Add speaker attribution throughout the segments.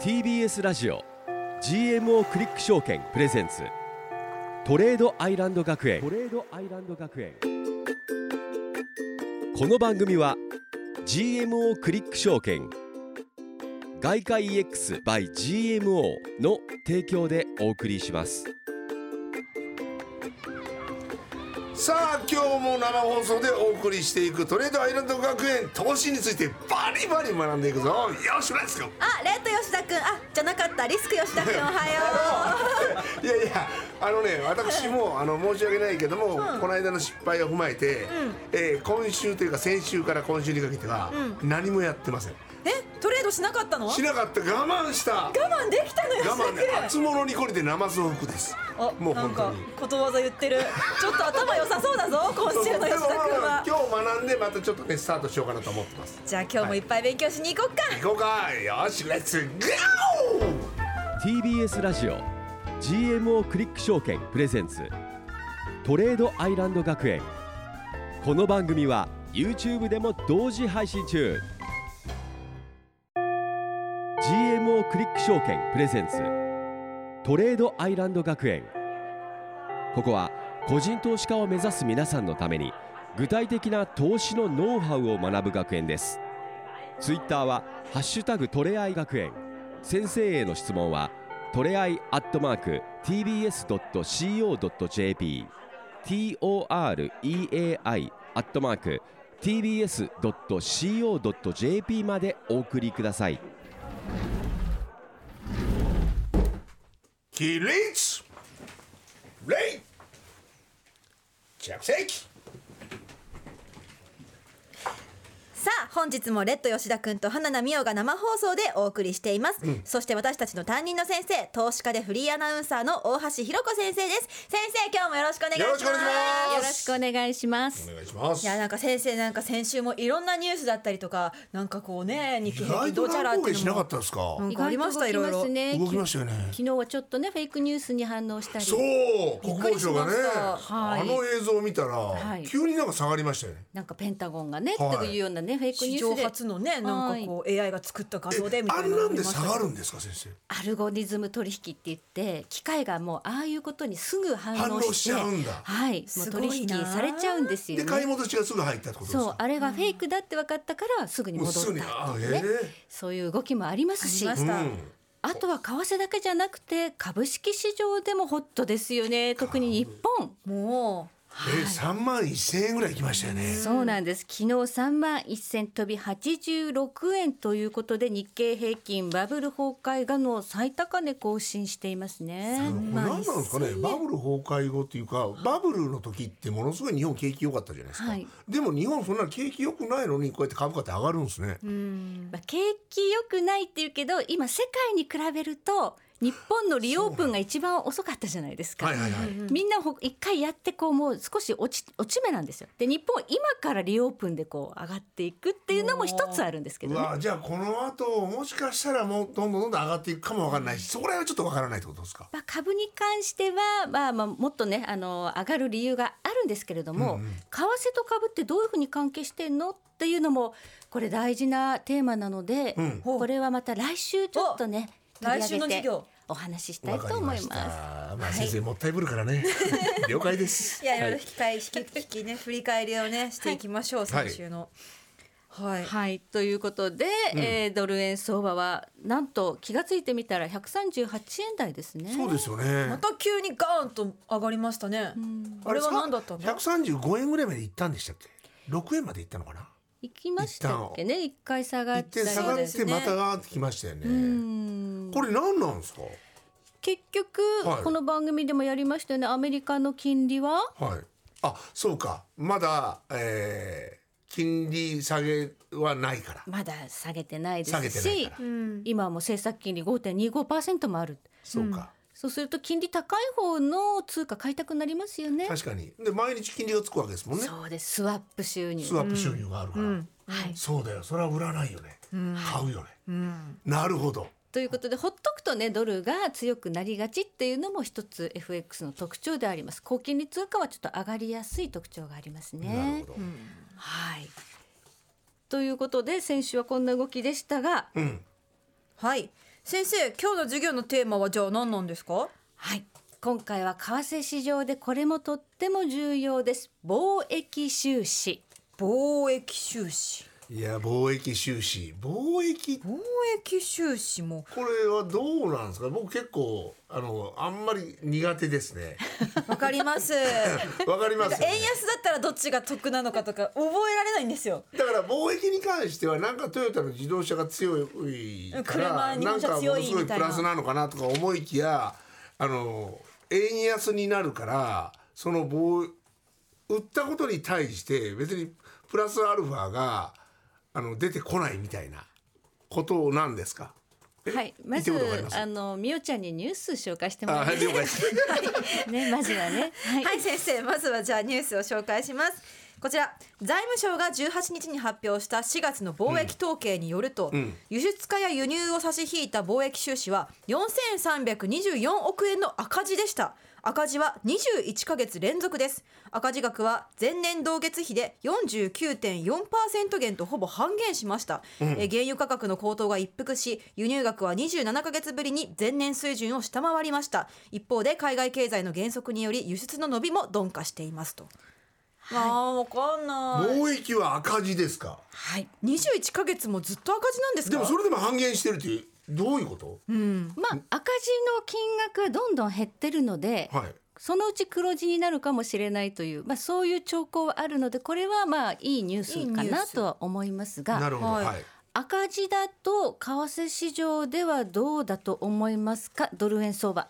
Speaker 1: TBS ラジオ GMO クリック証券プレゼンツトレードアイランド学園トレードアイランド学園この番組は GMO クリック証券外貨 EX by GMO の提供でお送りします
Speaker 2: さあ今日も生放送でお送りしていくトレードアイランド学園投資についてバリバリ学んでいくぞよしレッツゴー
Speaker 3: あ、レッド吉田君、あ、じゃなかったリスク吉田 君、おは
Speaker 2: い
Speaker 3: よ
Speaker 2: やいやあのね私もあの申し訳ないけども、この間の失敗を踏まえて、えー今週というか先週から今週にかけては、何もやってません
Speaker 3: う。 え、トレードしなかったの？我
Speaker 2: しなかった我慢した
Speaker 3: 慢できたのよ、
Speaker 2: 我慢ね
Speaker 3: 吉田
Speaker 2: 厚物にこりでナマズを吹くです
Speaker 3: 君。
Speaker 2: もう
Speaker 3: なん
Speaker 2: 本
Speaker 3: か
Speaker 2: 当に
Speaker 3: ことわざ言ってる。ちょっと頭良さそ うだぞ、今週の吉田君は。
Speaker 2: 今日学んでまたちょっとねスタートしようかなと思ってます
Speaker 3: じゃあ今日もいっぱい勉強しに行こっか。
Speaker 2: 行こうかよしレッツゴー
Speaker 1: TBS ラジオ GMO クリック証券プレゼンツトレードアイランド学園この番組は YouTube でも同時配信中 GMO クリック証券プレゼンツトレードアイランド学園ここは個人投資家を目指す皆さんのために具体的な投資のノウハウを学ぶ学園ですツイッターは「ハッシュタグトレアイ学園」先生への質問はトレアイアットマーク TBS.CO.JP TOREAI アットマーク TBS.CO.JP までお送りください
Speaker 2: 起立礼着席
Speaker 3: さあ本日もレッド吉田君と花名美桜が生放送でお送りしています、そして私たちの担任の先生投資家でフリーアナウンサーの大橋ひろ子先生です先生今日もよろしくお願いします
Speaker 2: よろしくお願いします
Speaker 4: よろしくお願い
Speaker 2: お。願いしま
Speaker 4: します
Speaker 2: す
Speaker 3: いやなんか先生なんか先週もいろんなニュースだったりとかなんかこうね日
Speaker 2: 意
Speaker 3: 経平
Speaker 2: 外
Speaker 3: 均
Speaker 2: と
Speaker 3: どうちゃら
Speaker 2: 乱
Speaker 3: っ
Speaker 2: 高下
Speaker 3: ていう
Speaker 2: し
Speaker 3: の
Speaker 2: なか
Speaker 3: も
Speaker 2: ったですか
Speaker 3: なんかありました
Speaker 4: 意外と動きますね
Speaker 2: 動きましたよね
Speaker 4: 昨日はちょっとねフェイクニュースに反応したり。
Speaker 2: そう国防省がね
Speaker 3: びっくりしました
Speaker 2: あ
Speaker 4: はい
Speaker 2: の映像を見たら
Speaker 4: はい
Speaker 2: 急になんか下がりましたよね
Speaker 4: なんかペンタゴンがね、
Speaker 2: はい
Speaker 4: というようなねフェイクニ
Speaker 3: 史
Speaker 4: ュー
Speaker 3: 上
Speaker 4: スで
Speaker 3: 初のねなんかこう AI が作った画像でみた
Speaker 2: あ
Speaker 3: いなんの
Speaker 2: な
Speaker 3: があ
Speaker 2: ん
Speaker 3: り
Speaker 2: で
Speaker 3: まし
Speaker 2: 下
Speaker 3: たけど
Speaker 2: がるんですか先生
Speaker 4: アルゴリズム取引って言って機械がもうああいうことにすぐ反
Speaker 2: 反
Speaker 4: 応
Speaker 2: 応
Speaker 4: して
Speaker 2: しちゃうんだ
Speaker 4: はいもう
Speaker 3: すご
Speaker 4: 取
Speaker 3: い
Speaker 4: 引
Speaker 3: な
Speaker 4: されちゃうんですよ
Speaker 2: で
Speaker 4: ね。
Speaker 2: 買い戻しがすぐ入ったってことです
Speaker 4: そう
Speaker 2: か
Speaker 4: あれがフェイクだって分かったからすぐに
Speaker 2: もう
Speaker 4: 戻
Speaker 2: すぐに
Speaker 4: った
Speaker 2: あ
Speaker 4: っていうね、
Speaker 2: え
Speaker 4: そういう動きもありますし
Speaker 3: ありまし
Speaker 2: え
Speaker 3: た
Speaker 2: うん
Speaker 4: あとは為替だけじゃなくて株式市場でもホットですよね特に日本
Speaker 3: も
Speaker 2: え3万1000円ぐらいいきましたよね
Speaker 4: そうなんです昨日3万1000飛び86円ということで日経平均バブル崩壊がの最高値更新しています
Speaker 2: あの
Speaker 4: ね
Speaker 2: これ何なんですかねバブル崩壊後っていうかバブルの時ってものすごい日本景気良かったじゃないですか、
Speaker 4: はい
Speaker 2: でも日本そんな景気良くないのにこうやって株価って上がるんですね、
Speaker 3: ううん
Speaker 4: まあ、景気良くないっていうけど今世界に比べると日本のリオープンが一番遅かったじゃないですか、
Speaker 2: はいはいはい、
Speaker 4: みんなほ一回やってこうもう少し落ち落ち目なんですよで日本今からリオープンでこう上がっていくっていうのも一つあるんですけ
Speaker 2: う
Speaker 4: どね
Speaker 2: わじゃあこの後もしかしたらもうどんどんどんどん上がっていくかもわからないしそこら辺はちょっとわからないってことですか
Speaker 4: まあ、株に関しては、まあ、まあもっとねあの上がる理由があるんですけれども、
Speaker 2: うんうん
Speaker 4: 為替と株ってどういうふうに関係してんのっていうのもこれ大事なテーマなので、
Speaker 2: うん
Speaker 4: これはまた来週ちょっとね
Speaker 3: お
Speaker 4: 取り
Speaker 3: 来週の
Speaker 4: 上げ
Speaker 3: 授
Speaker 4: て
Speaker 3: 業
Speaker 4: お話しした
Speaker 2: わ
Speaker 4: い
Speaker 2: か
Speaker 4: と
Speaker 2: り
Speaker 4: 思
Speaker 2: ま
Speaker 4: い
Speaker 2: した
Speaker 4: ます。
Speaker 2: まあ先生もったいぶるから ね了解です
Speaker 3: いやいろいろ引きたい引き引 きね振り返りをねしていきましょう先週のはい
Speaker 4: はいということで、えードル円相場はなんと気がついてみたら138円台ですね。
Speaker 2: そうですよね、
Speaker 3: また急にガーンと上がりましたねあれは何だったんだ
Speaker 2: 135円ぐらいまで行ったんでしたっけ6円まで行ったのかな
Speaker 4: 行きましたっけね一回下
Speaker 2: 一
Speaker 4: がった
Speaker 2: 点
Speaker 4: り
Speaker 2: 下が
Speaker 3: そう
Speaker 2: っ
Speaker 3: です
Speaker 2: て
Speaker 3: ね
Speaker 2: また上がってきましたよね、
Speaker 4: うん
Speaker 2: これ何なんですか
Speaker 4: 結局、
Speaker 2: はい
Speaker 4: この番組でもやりましたよねアメリカの金利は
Speaker 2: はい。あ、そうか。まだ、えー、金利下げはないから。
Speaker 4: まだ下げてないで
Speaker 2: 下げ
Speaker 4: す
Speaker 2: てないか
Speaker 4: し
Speaker 2: ら。
Speaker 3: うん
Speaker 4: 今はもう政策金利5.25%もある
Speaker 2: そうか。
Speaker 4: そうすると金利高い方の通貨買いたくなりますよね
Speaker 2: 確かに。で、毎日金利がつくわけですもんね。
Speaker 4: そうですスワップ収入
Speaker 2: スワップ収入があるから。
Speaker 4: はい、
Speaker 2: そうだよ。それは売らないよね。買うよね。なるほど。
Speaker 4: ということでほっとくとねドルが強くなりがちっていうのも一つ FX の特徴であります高金利通貨はちょっと上がりやすい特徴がありますね
Speaker 2: なるほど。
Speaker 4: はいということで先週はこんな動きでしたが
Speaker 2: うん。
Speaker 3: はい先生今日の授業のテーマはじゃあ何なんですか
Speaker 4: はい今回は為替市場でこれもとっても重要です貿易収支
Speaker 3: 貿易収支
Speaker 2: いや貿易収支貿易
Speaker 3: 貿易収支も
Speaker 2: これはどうなんですか僕結構あのあんまり苦手です ね
Speaker 3: わかります
Speaker 2: わかります、ね、
Speaker 3: 円安だったらどっちが得なのかとか覚えられないんですよ
Speaker 2: だから貿易に関してはなんかトヨタの自動車が強いから
Speaker 3: 車日
Speaker 2: な
Speaker 3: 本
Speaker 2: ん
Speaker 3: 車
Speaker 2: かも
Speaker 3: 強い
Speaker 2: のすごい
Speaker 3: み
Speaker 2: プ
Speaker 3: たいな
Speaker 2: ラスなのかなとか思いきやあの円安になるからその貿売ったことに対して別にプラスアルファがあの出てこないみたいなことなんですか
Speaker 4: はいま
Speaker 2: 見
Speaker 4: ず
Speaker 2: たことわかります
Speaker 4: あのみおちゃんにニュース紹介しても
Speaker 2: あ
Speaker 4: らい
Speaker 2: は
Speaker 4: ま
Speaker 2: い了解です
Speaker 4: すねまずはねはい
Speaker 3: はい先生まずはじゃあニュースを紹介しますこちら財務省が18日に発表した4月の貿易統計によると、輸出化や輸入を差し引いた貿易収支は4324億円の赤字でした赤字は21ヶ月連続です赤字額は前年同月比で49.4%減とほぼ半減しました、えー原油価格の高騰が一服し輸入額は27ヶ月ぶりに前年水準を下回りました一方で海外経済の減速により輸出の伸びも鈍化していますと、ああわかんない
Speaker 2: 貿易は赤字ですか
Speaker 4: はい
Speaker 3: 21ヶ月もずっと赤字なんですか
Speaker 2: でもそれでも半減してるってどういうこと、
Speaker 4: まあ赤字の金額はどんどん減ってるので、
Speaker 2: はい
Speaker 4: そのうち黒字になるかもしれないという、まあ、そういう兆候はあるのでこれはまあいいニュースか
Speaker 3: いいニュー
Speaker 4: な
Speaker 3: ス
Speaker 4: とは思いますが
Speaker 2: なるほど
Speaker 3: は
Speaker 2: はいい、
Speaker 4: 赤字だと為替市場ではどうだと思いますかドル円相場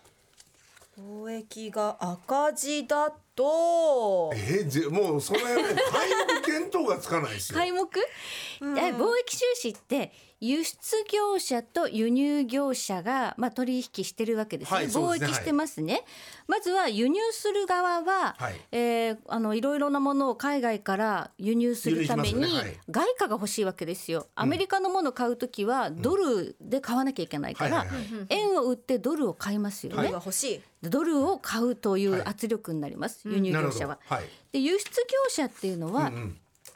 Speaker 3: 貿易が赤字だと
Speaker 2: えーぜもうそれはもう皆目見当がつかないですよ、
Speaker 4: 開目、え貿易収支って輸出業者と輸入業者が、まあ、取引してるわけですね、
Speaker 2: はいそう
Speaker 4: 貿
Speaker 2: ですね
Speaker 4: 易してますね、まずは輸入する側は、
Speaker 2: はい
Speaker 4: えーあのいろいろなものを海外から輸入するために、
Speaker 2: 輸入しますよねはい
Speaker 4: 外貨が欲しいわけですよアメリカのものを買うときはドルで買わなきゃいけないから、
Speaker 2: はいはいはい
Speaker 4: 円を売ってドルを買いますよね、
Speaker 3: ドルが欲しい
Speaker 4: ドルを買うという
Speaker 2: はい
Speaker 4: 圧力になります、輸入
Speaker 2: なる
Speaker 4: 業
Speaker 2: ほど
Speaker 4: 者は。
Speaker 2: はい
Speaker 4: で輸出業者っていうのは、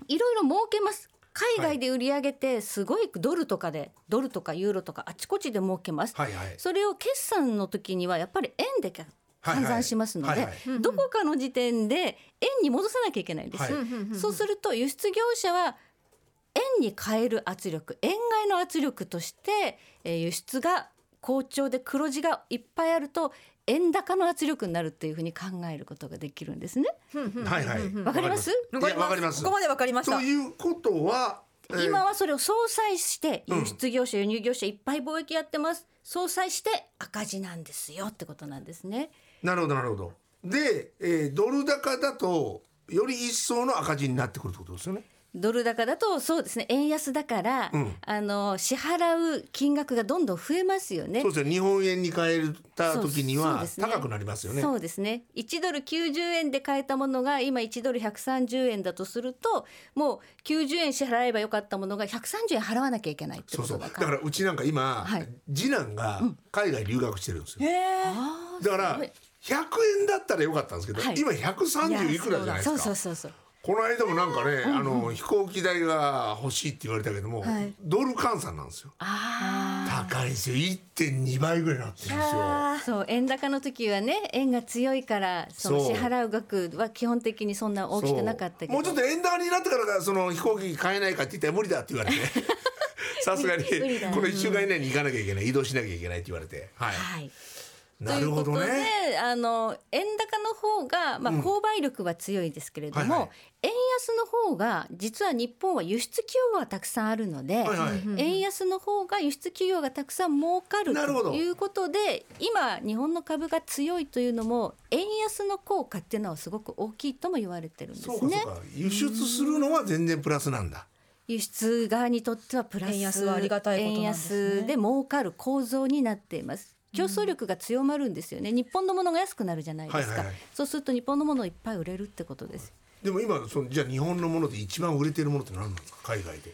Speaker 4: いろいろ儲けます海外で売り上げてすごいドルとかでドルとかユーロとかあちこちで儲けます、
Speaker 2: はいはい
Speaker 4: それを決算の時にはやっぱり円で換
Speaker 2: はいはい
Speaker 4: 換算しますの
Speaker 2: はい
Speaker 4: で
Speaker 2: はい
Speaker 4: どこかの時点で円に戻さなきゃいけないんです、
Speaker 2: はいうん
Speaker 4: そうすると輸出業者は円に変える圧力円買いの圧力として、えー輸出が好調で黒字がいっぱいあると円高の圧力になるっていうふうに考えることができるんですね。
Speaker 2: はいはい
Speaker 4: わかります
Speaker 2: いやわかります
Speaker 3: ここまでわかりました
Speaker 2: ということは、えー
Speaker 4: 今はそれを相殺して輸出業者、輸入業者いっぱい貿易やってます相殺して赤字なんですよってことなんですね
Speaker 2: なるほどなるほどで、えードル高だとより一層の赤字になってくるってことですよね
Speaker 4: ドル高だとそうですね円安だから、
Speaker 2: うん
Speaker 4: あの支払う金額がどんどん増えますよね
Speaker 2: そうですよ日本円に変えた時に
Speaker 4: そう
Speaker 2: は
Speaker 4: ですね
Speaker 2: 高くなりますよね
Speaker 4: そうですね1ドル90円で買えたものが今1ドル130円だとするともう90円支払えばよかったものが130円払わなきゃいけないって
Speaker 2: そ
Speaker 4: こ
Speaker 2: うそ
Speaker 4: と
Speaker 2: う
Speaker 4: だ
Speaker 2: だ
Speaker 4: から
Speaker 2: からうちなんか今、
Speaker 4: はい
Speaker 2: 次男が海外留学してるんですよ、
Speaker 4: あー
Speaker 2: だから
Speaker 4: すごい
Speaker 2: 100円だったらよかったんですけど、
Speaker 4: はい
Speaker 2: 今130いくらじゃないです
Speaker 4: そ
Speaker 2: か
Speaker 4: うそうそうそう
Speaker 2: この間もなんかね、あの飛行機代が欲しいって言われたけども、
Speaker 3: はい
Speaker 2: ドル換算なんですよ
Speaker 4: ああ
Speaker 2: 高いですよ1.2倍ぐらいになってるんですよ
Speaker 4: そう円高の時はね円が強いからその
Speaker 2: そ
Speaker 4: 支
Speaker 2: う
Speaker 4: 払う額は基本的にそんな大きくなかったけど
Speaker 2: もうちょっと円高になってからがその飛行機買えないかって言ったら無理だって言われて さすがに
Speaker 4: 無理だ
Speaker 2: この1週間以内に行かなきゃいけない移動しなきゃいけないって言われてはい、
Speaker 4: はい、
Speaker 2: なるほど
Speaker 4: という
Speaker 2: ね
Speaker 4: ことであの円高の方が、まあ、購買力は強いですけれども、
Speaker 2: はいはい
Speaker 4: 円安の方が実は日本は輸出企業がたくさんあるので、
Speaker 2: はいはい
Speaker 4: 円安の方が輸出企業がたくさん儲かる
Speaker 2: なるほ
Speaker 4: と
Speaker 2: ど
Speaker 4: いうことで今日本の株が強いというのも円安の効果っていうのはすごく大きいとも言われてるんです
Speaker 2: そうか
Speaker 4: ね
Speaker 2: そう。か輸出するのは全然プラスなんだ
Speaker 4: 輸出側にとってはプラス
Speaker 3: 円安はありがたいことなんですね
Speaker 4: 円安で儲かる構造になっています競争力が強まるんですよね、日本のものが安くなるじゃないです
Speaker 2: は
Speaker 4: か、
Speaker 2: いはいはい
Speaker 4: そうすると日本のものをいっぱい売れるってことです
Speaker 2: でも今そのじゃあ日本のもので一番売れてるものって何なんですか海外で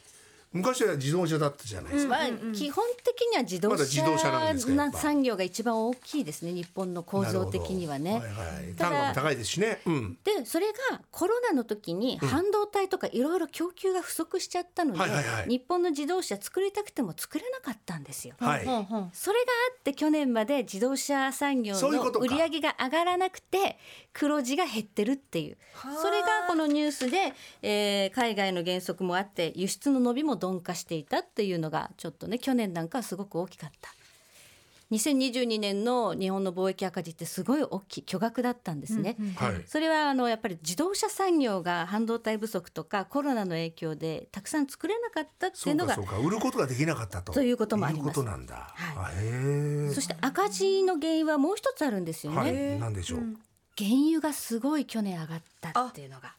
Speaker 2: 昔は自動車だったじゃないですか、
Speaker 4: まあ、基本的には自動
Speaker 2: まだ自動車なんですか
Speaker 4: 車
Speaker 2: やっ
Speaker 4: な
Speaker 2: ぱ
Speaker 4: 産業が一番大きいですね日本の構
Speaker 2: なる
Speaker 4: 造
Speaker 2: ほど
Speaker 4: 的にはね。
Speaker 2: はいはい、
Speaker 4: ただ
Speaker 2: 単価も高いですしね、うん、
Speaker 4: でそれがコロナの時に半導体とかいろいろ供給が不足しちゃったので、
Speaker 2: はいはいはい
Speaker 4: 日本の自動車作りたくても作れなかったんですよ。
Speaker 2: はい、
Speaker 3: ほんほん
Speaker 4: それがあって去年まで自動車産業
Speaker 2: そういう
Speaker 4: の
Speaker 2: ことか
Speaker 4: 売り上げが上がらなくて黒字が減ってるっていう
Speaker 3: あ
Speaker 4: それがこのニュースで、えー海外の減速もあって輸出の伸びも鈍化していたっていうのがちょっとね去年なんかはすごく大きかった2022年の日本の貿易赤字ってすごい大きい巨額だったんですね。
Speaker 2: はい
Speaker 4: それはあのやっぱり自動車産業が半導体不足とかコロナの影響でたくさん作れなかったって
Speaker 2: そ
Speaker 4: いう
Speaker 2: う
Speaker 4: の
Speaker 2: か
Speaker 4: が
Speaker 2: そうか売ることができなかったと
Speaker 4: ということもあります
Speaker 2: いうことなんだ、
Speaker 4: は
Speaker 2: あへえ
Speaker 4: そして赤字の原因はもう一つあるんですよね、
Speaker 2: はいなんでしょう、
Speaker 4: 原油がすごい去年上がったっていうのが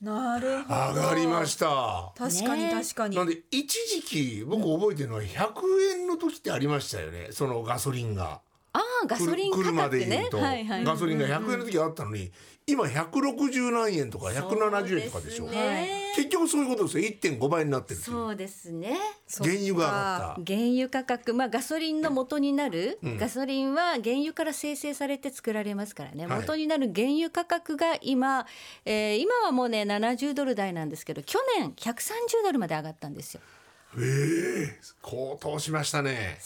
Speaker 3: なるほど
Speaker 2: 上がりました
Speaker 3: 確かに
Speaker 4: ね
Speaker 3: 確かに、
Speaker 2: なんで一時期僕覚えてるのは100円の時ってありましたよねそのガソリンが
Speaker 4: ああガソリン価
Speaker 2: 車
Speaker 4: 格
Speaker 2: で
Speaker 4: ね
Speaker 2: 言うと、
Speaker 4: はいはい、
Speaker 2: ガソリンが100円の時あったのに今160何円とか170円とかでしょ
Speaker 4: そうすね
Speaker 2: 結局そういうことですよ1.5倍になってるっていう
Speaker 4: そうですね
Speaker 3: そっか
Speaker 2: 原油が上がっ
Speaker 4: 原油価格、まあ、ガソリンの元になる、ガソリンは原油から生成されて作られますからね、
Speaker 2: はい
Speaker 4: 元になる原油価格が今、えー今はもうね70ドル台なんですけど去年130ドルまで上がったんですよ。
Speaker 2: たええ高騰しましたね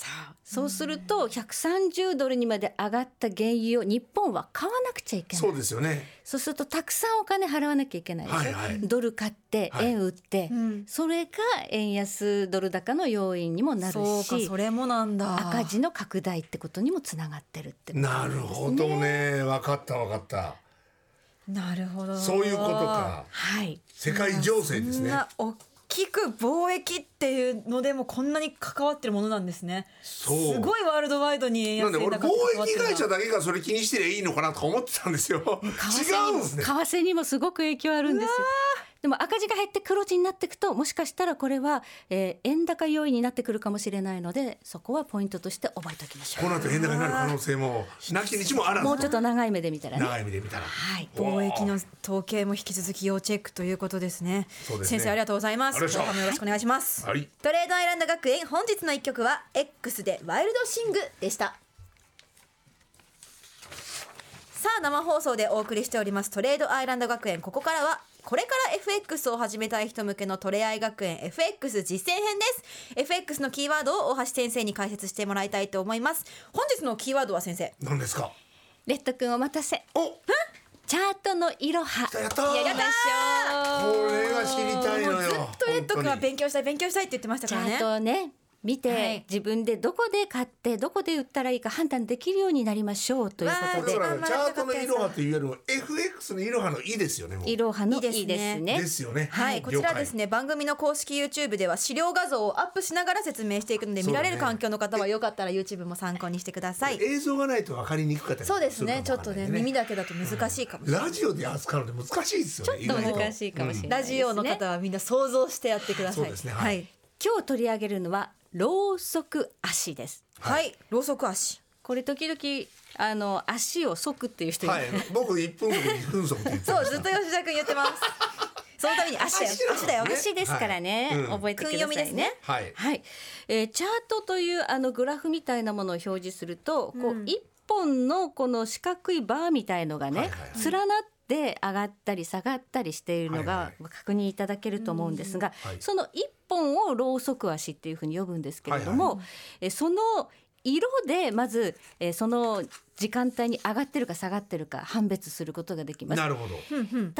Speaker 4: そうすると130ドルにまで上がった原油を日本は買わなくちゃいけない
Speaker 2: そうですよね
Speaker 4: そうするとたくさんお金払わなきゃいけないでしょ、
Speaker 2: はいはい
Speaker 4: ドル買って
Speaker 2: はい
Speaker 4: 円売って、
Speaker 3: ん
Speaker 4: それが円安ドル高の要因にもなる
Speaker 3: そうか
Speaker 4: し
Speaker 3: それもなんだ
Speaker 4: 赤字の拡大ってことにもつながってるってこと
Speaker 2: なるほどね分かった分かった
Speaker 3: なるほど
Speaker 2: そういうことか
Speaker 4: はい
Speaker 2: 世界情勢です
Speaker 3: そん
Speaker 2: ね
Speaker 3: な大きく貿易っていうのでもこんなに関わってるものなんですねす
Speaker 2: そう
Speaker 3: ごいワールドワイドに円
Speaker 2: なん
Speaker 3: 安
Speaker 2: で
Speaker 3: 円
Speaker 2: 俺貿
Speaker 3: 高って関わって
Speaker 2: 易
Speaker 3: るな
Speaker 2: 会社だけがそれ気にしてりゃいいのかなとか思ってたんですよ 違うんですね
Speaker 4: 為替にもすごく影響あるんですよでも赤字が減って黒字になっていくともしかしたらこれは、えー円高要因になってくるかもしれないのでそこはポイントとして覚えておきましょ
Speaker 2: この後円高になる可能性もなきにしもあら
Speaker 4: う
Speaker 2: ず
Speaker 4: もうちょっと長い目で見たらね
Speaker 2: 長い目で見たら
Speaker 4: はい
Speaker 3: 貿易の統計も引き続き要チェックということですね
Speaker 2: そうですね
Speaker 3: 先生ありがとうございます
Speaker 2: ありがとう
Speaker 3: 後
Speaker 2: ございました
Speaker 3: 半もよろしくお願いします、
Speaker 2: はい
Speaker 3: トレードアイランド学園本日の一曲は X でワイルドシングでしたさあ生放送でお送りしておりますトレードアイランド学園ここからはこれから FX を始めたい人向けのトレアイ学園 FX 実践編です FX のキーワードを大橋先生に解説してもらいたいと思います本日のキーワードは先生
Speaker 2: 何ですか
Speaker 4: レッド君お待たせ
Speaker 2: おこ
Speaker 4: チャートのいろは
Speaker 2: たやったー
Speaker 4: やりましょう
Speaker 2: れが知りたいのよ
Speaker 3: ずっとレッド君は
Speaker 2: 本当に
Speaker 3: 勉強したい勉強したいって言ってました
Speaker 4: チ
Speaker 3: か
Speaker 4: ャ
Speaker 3: ら
Speaker 4: ー
Speaker 3: ね
Speaker 4: トをね見て、
Speaker 3: はい
Speaker 4: 自分でどこで買ってどこで売ったらいいか判断できるようになりましょうということ
Speaker 2: だ
Speaker 4: で
Speaker 3: わ
Speaker 2: からチャートのイロハというよりも FX のイロハのイですよねもう
Speaker 4: いろはのい
Speaker 3: い
Speaker 4: い
Speaker 3: で
Speaker 4: ですす
Speaker 3: ね
Speaker 4: ね
Speaker 2: ですよね
Speaker 3: はい、こちらですね番組の公式 YouTube では資料画像をアップしながら説明していくので、
Speaker 2: そう
Speaker 3: 見
Speaker 2: だ
Speaker 3: ら
Speaker 2: ね
Speaker 3: れる環境の方はよかったら YouTube も参考にしてください
Speaker 2: 了解映像がないと分かりにくかったり
Speaker 3: そうですねち
Speaker 2: る
Speaker 3: ょ
Speaker 2: か
Speaker 3: っ
Speaker 2: も
Speaker 3: と
Speaker 2: わかんな
Speaker 3: ね
Speaker 2: いんで
Speaker 3: 耳だけだと難しいかもしれない、
Speaker 2: ラジオで扱うのって難しいですよね
Speaker 4: ちょっと難しいかもし
Speaker 2: 意
Speaker 4: れな
Speaker 3: ラ
Speaker 4: いですね、
Speaker 3: ジオの方はみんな想像してやってください
Speaker 2: そうですねはい
Speaker 4: 今日取り上げるのはロウソク足です
Speaker 3: はい、はいろうそく足
Speaker 4: これ時々あの足を即っていう人いる、
Speaker 2: 外と うんはい僕一分速二分速って言って
Speaker 3: そ
Speaker 2: ま
Speaker 3: う
Speaker 2: し
Speaker 3: ずったと吉田君言っ てますそのために足だよ
Speaker 2: 足なの
Speaker 3: 足だよ
Speaker 2: ね
Speaker 4: 足ですからね、
Speaker 2: はいうん
Speaker 4: 覚えてくださいね
Speaker 3: 訓読みですね
Speaker 2: はい
Speaker 4: はい、えーチャートというあのグラフみたいなものを表示すると、こう一本のこの四角いバーみたいのがね、
Speaker 2: はいはいはい
Speaker 4: 連なって上がったり下がったりしているの
Speaker 2: はいは
Speaker 4: が
Speaker 2: い
Speaker 4: ご確認いただけると思うんですが、
Speaker 2: うんはい
Speaker 4: その一本をロウソク足っていうふうに呼ぶんですけれども、
Speaker 2: は
Speaker 4: えーその色でまず、えーその時間帯に上がってるか下がってるか判別することができます
Speaker 2: な。るほど
Speaker 4: 例えば
Speaker 2: 例え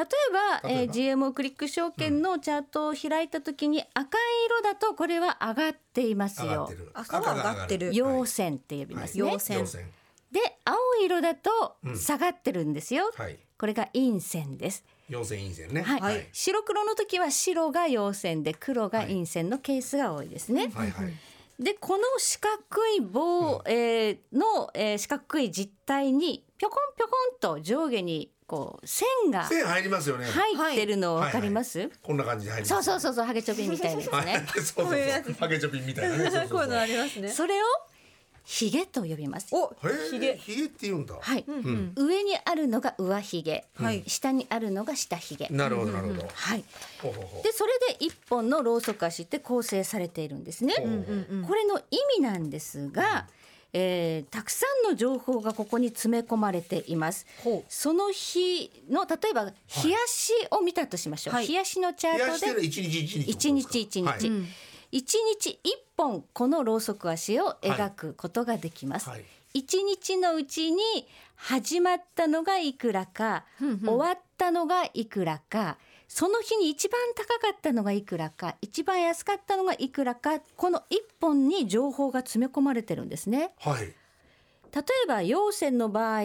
Speaker 2: ば
Speaker 4: えー GMO クリック証券のチャートを開いた時に赤い色だとこれは上がっています
Speaker 2: 上がっ
Speaker 4: よ
Speaker 2: て。る
Speaker 3: 赤は上がってる
Speaker 2: 赤が上が
Speaker 4: 陽線って呼びますね。
Speaker 3: はい陽線
Speaker 2: 陽線
Speaker 4: で青い色だと
Speaker 2: ん
Speaker 4: 下がってるんですよ。
Speaker 2: はい
Speaker 4: これが陰線です。
Speaker 2: 陽線陰線ね
Speaker 4: はい、
Speaker 2: はい
Speaker 4: 白黒の時は白が陽線で黒が陰線のケースが多いですね。
Speaker 2: はいはい
Speaker 4: でこの四角い棒、えーの、えー四角い実体にぴょこんぴょこんと上下にこう線が
Speaker 2: 線入りますよね
Speaker 4: 入ってるの
Speaker 2: はい
Speaker 4: 分かります、
Speaker 2: こんな感じで入り
Speaker 4: そうそう
Speaker 2: う
Speaker 4: そうそうハゲチョビみたいなや つ
Speaker 2: はい
Speaker 4: ね。
Speaker 2: そうそうそうハゲチョピンみたいなねそうそう そ
Speaker 3: こういう
Speaker 2: う
Speaker 3: のありますね
Speaker 4: それをひげと呼びます。
Speaker 3: お
Speaker 2: へえ
Speaker 3: ひげ
Speaker 2: ひげって言うんだ、
Speaker 4: はい、
Speaker 3: うんうん
Speaker 4: 上にあるのが上ひげ、
Speaker 3: はい
Speaker 4: 下にあるのが下ひげ。
Speaker 2: なるほどなるほど、
Speaker 4: はい、
Speaker 2: ほうほうほう
Speaker 4: でそれで一本のろうそく足って構成されているんですね。
Speaker 2: ほうほう
Speaker 3: うんうん
Speaker 4: これの意味なんですが、えーたくさんの情報がここに詰め込まれています。
Speaker 3: ほ
Speaker 4: その日の例えば日足を見たとしましょう。
Speaker 3: はい
Speaker 4: 日足のチャ
Speaker 2: 冷
Speaker 4: ー
Speaker 2: や
Speaker 4: ト
Speaker 2: して
Speaker 4: で
Speaker 2: る一日一日って
Speaker 4: 一
Speaker 2: ことですか
Speaker 4: 日一
Speaker 2: はい
Speaker 4: 日、一日一本このろうそく足を描くことができます。
Speaker 2: はい
Speaker 4: 一日のうちに始まったのがいくらか、
Speaker 3: うんうん
Speaker 4: 終わったのがいくらかその日に一番高かったのがいくらか一番安かったのがいくらかこの一本に情報が詰め込まれてるんですね。
Speaker 2: はい
Speaker 4: 例えば陽線の場合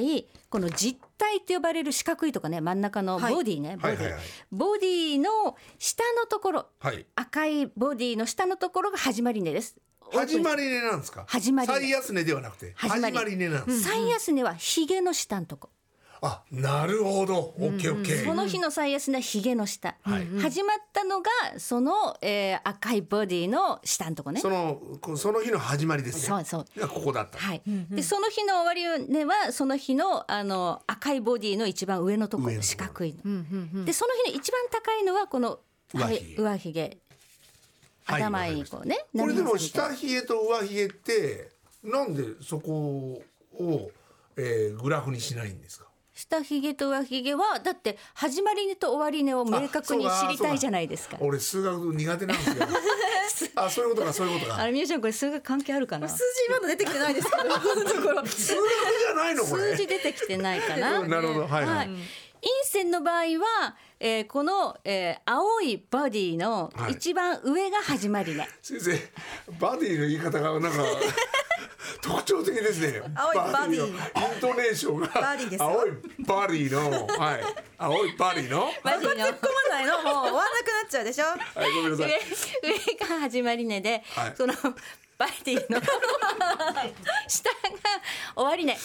Speaker 4: この実体と呼ばれる四角いとかね真ん中のボディ
Speaker 2: は
Speaker 4: ね、
Speaker 2: い
Speaker 4: ボ
Speaker 2: は
Speaker 4: デ
Speaker 2: い
Speaker 4: ィ
Speaker 2: はい
Speaker 4: ボディの下のところ
Speaker 2: はい
Speaker 4: 赤いボディの下のところが始まり値です。
Speaker 2: 始まり値なんですか
Speaker 4: 始まり値
Speaker 2: 最安値ではなくて
Speaker 4: 始
Speaker 2: 始
Speaker 4: ま
Speaker 2: ま
Speaker 4: り
Speaker 2: り値なんです、
Speaker 4: 最安値はヒゲの下のとこ、
Speaker 2: あなるほどオッケーオッケー、
Speaker 4: その日の最安値はヒゲの下、
Speaker 2: はい
Speaker 4: 始まったのがその、えー赤いボディの下のとこね
Speaker 2: そのこその日の始まりですね
Speaker 4: そうそう
Speaker 2: がここだった、
Speaker 4: はい、でその日の終わり値はその日のあの赤いボディの一番上のとこ
Speaker 2: 上のとこ
Speaker 4: 四角いの、
Speaker 3: うんうんうん
Speaker 4: でその日の一番高いのはこの
Speaker 2: 上髭
Speaker 4: 上髭
Speaker 2: はい
Speaker 4: 頭にこうね、
Speaker 2: これでも
Speaker 4: 波打つみたいな
Speaker 2: 下髭と上髭ってなんでそこを、えーグラフにしないんですか
Speaker 4: 下髭と上髭はだって始まり値と終わり値を明確に知りたいじゃないですか
Speaker 2: 俺数学苦手なんです けどあそういうことかそういうこと
Speaker 4: あ
Speaker 2: か
Speaker 4: れみゆちゃんこれ数学関係あるかな
Speaker 3: 数字今の出てきてないですけ どこのところ
Speaker 2: 数学じゃないのこれ
Speaker 4: 数字出てきてないか な。
Speaker 2: なるほどはいはい
Speaker 4: 陰線の場合は、えーこの、えー青いバディの
Speaker 2: はい
Speaker 4: 一番上が始まりね。
Speaker 2: 先生バディの言い方が なんか特徴的ですね
Speaker 3: 青い
Speaker 2: の
Speaker 3: バ
Speaker 2: イントネーションが
Speaker 3: バディですよ
Speaker 2: 青いバディのはい青いバディのは
Speaker 3: そこ突っ込まないのもう終わらなくなっちゃうでしょ
Speaker 2: いごめんな
Speaker 4: 上
Speaker 2: さい
Speaker 4: 上が始まりねで、
Speaker 2: はい
Speaker 4: そのバディ の下が終わりね。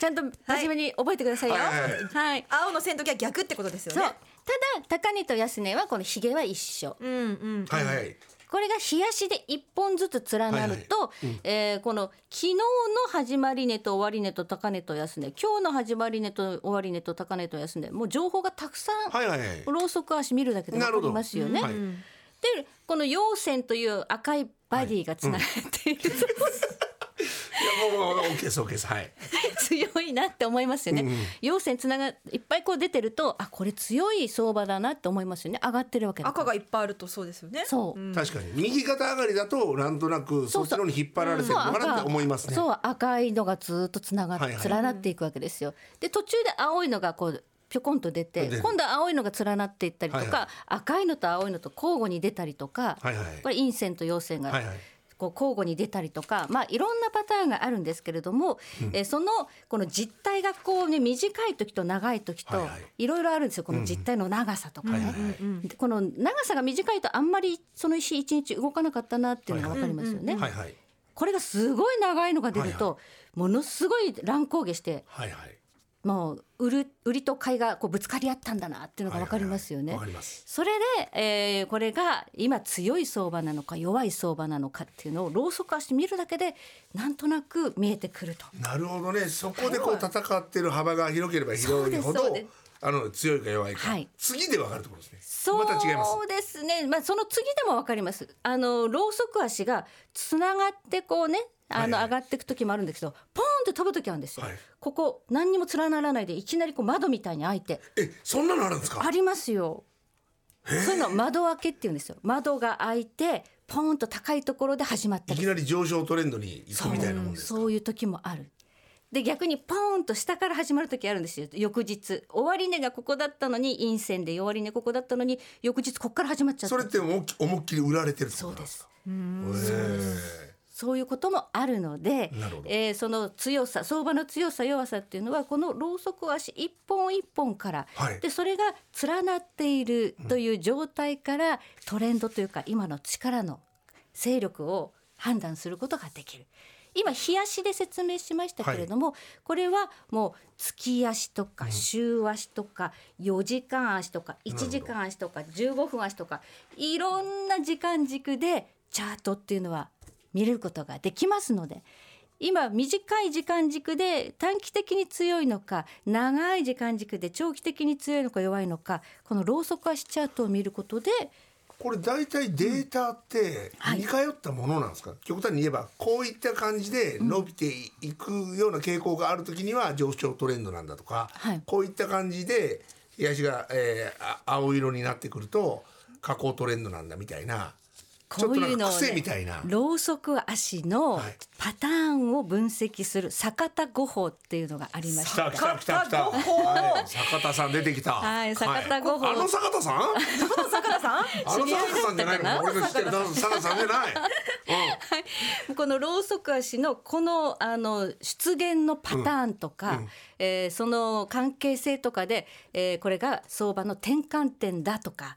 Speaker 4: ちゃんと真面目に覚えてくださいよ。
Speaker 2: はいはいはい
Speaker 4: はい
Speaker 3: 青の線の時は逆ってことですよ
Speaker 4: そう。
Speaker 3: ね
Speaker 4: ただ高値と安値はこのヒゲは一緒。
Speaker 3: うんうん
Speaker 2: はいはい
Speaker 4: これが冷やしで一本ずつ連なると、えーこの昨日の始まり値と終わり値と高値と安値今日の始まり値と終わり値と高値と安値もう情報がたくさん、
Speaker 2: はいはいはい
Speaker 4: ろうそく足見るだけで
Speaker 2: なる
Speaker 4: 分か
Speaker 2: ほ
Speaker 4: り
Speaker 2: ど
Speaker 4: ますよね。
Speaker 2: はい
Speaker 4: でこの陽線という赤いバディがつながっている、
Speaker 2: いやもうもう OK です OK ですはい
Speaker 4: 強いなって思いますよね。陽線つながいっぱいこう出てるとあこれ強い相場だなって思いますよね上がってるわけだから
Speaker 3: 赤がいっぱいあるとそうですよね
Speaker 4: そう、
Speaker 2: 確かに右肩上がりだとなんとなくそっちの方に引っ張られてるのかなって思いますね
Speaker 4: そう赤そう赤いのがずっとつながっ
Speaker 2: はいはい
Speaker 4: 連なっていくわけですよ。で途中で青いのがこうぴょこんと出て
Speaker 2: 出る
Speaker 4: 今度は青いのが連なっていったりとか、
Speaker 2: はいは
Speaker 4: 赤いのと青いのと交互に出たりとか、
Speaker 2: はいはい
Speaker 4: これ陰線と陽線が、
Speaker 2: はいはい
Speaker 4: こう交互に出たりとか、まあ、いろんなパターンがあるんですけれども、えーそのこの実体がこう、ね、短い時と長い時と、
Speaker 2: はいいはい
Speaker 4: ろいろあるんですよこの実体の長さとかね。
Speaker 2: はいはいはい
Speaker 4: でこの長さが短いとあんまりその日一日動かなかったなっていうのが分かりますよね。
Speaker 2: はいはい
Speaker 4: これがすごい長いのが出ると、
Speaker 2: は
Speaker 4: ものすごい乱高下して
Speaker 2: はいはい
Speaker 4: もう売る売りと買いがこうぶつかり合ったんだなっていうのが分かりますよね。
Speaker 2: はいはいはいわかります
Speaker 4: それで、えーこれが今強い相場なのか弱い相場なのかっていうのをローソク足見るだけでなんとなく見えてくると。
Speaker 2: なるほどねそこでこう戦ってる幅が広ければ広いほ
Speaker 4: そう
Speaker 2: ど
Speaker 4: ですそうで
Speaker 2: あの強いか弱いか、
Speaker 4: はい
Speaker 2: 次で分かるってことですね
Speaker 4: そ
Speaker 2: また違います
Speaker 4: うですね。まあその次でもわかります。あのローソク足がつながってこうね、あの
Speaker 2: はいはい
Speaker 4: 上がっていく時もあるんですけど、ポーンって飛ぶ時あるんですよ。
Speaker 2: はい
Speaker 4: ここ何にも連ならないでいきなりこう窓みたいに開いて、
Speaker 2: えそんなのあるんですか
Speaker 4: ありますよ。そういうの窓開けっていうんですよ。窓が開いてポーンと高いところで始まった
Speaker 2: い
Speaker 4: り
Speaker 2: きなり上昇トレンドに行くみたいなもんです
Speaker 4: そういう時もある。で逆にポーンと下から始まる時あるんですよ翌日終値がここだったのに陰線で終値ここだったのに翌日ここから始まっちゃった
Speaker 2: それって思いっき思いっきり売られてるってこ
Speaker 4: そ
Speaker 2: と
Speaker 4: う
Speaker 2: なん
Speaker 4: で
Speaker 2: です
Speaker 4: す
Speaker 2: かへ
Speaker 4: そういうこともあるので
Speaker 2: なるほど
Speaker 4: えーその強さ相場の強さ弱さっていうのはこのローソク足一本一本から、
Speaker 2: はい
Speaker 4: でそれが連なっているという状態から、トレンドというか今の力の勢力を判断することができる。今日足で説明しましたけれども、これはもう月足とか週足とか4時間足とか1時間足とか15分足とかいろんな時間軸でチャートっていうのは見れることができますので今短い時間軸で短期的に強いのか長い時間軸で長期的に強いのか弱いのかこのローソク足チャートを見ることで
Speaker 2: これ大体データって
Speaker 4: はい
Speaker 2: 似通ったものなんですか、極端に言えばこういった感じで伸びていくような傾向がある時には上昇トレンドなんだとか、
Speaker 4: はい
Speaker 2: こういった感じで日足が、えーあ青色になってくると下降トレンドなんだみたいな
Speaker 4: こういうの
Speaker 2: ちょっとなん
Speaker 4: を、
Speaker 2: か
Speaker 4: ね、
Speaker 2: 癖みたいな
Speaker 4: ローソク足の
Speaker 2: はい
Speaker 4: パターンを分析する坂田五法っていうのがありま
Speaker 2: 来
Speaker 4: して
Speaker 2: た来た来た来た、はい坂田さん出てきた
Speaker 4: はい坂田五宝
Speaker 2: あの坂田 さん
Speaker 3: 坂田 さん
Speaker 2: あの坂田さんじゃないの俺の知ってる坂田さんじゃない、
Speaker 4: このローソク足のこのあの出現のパターンとか、えーその関係性とかで、えーこれが相場の転換点だとか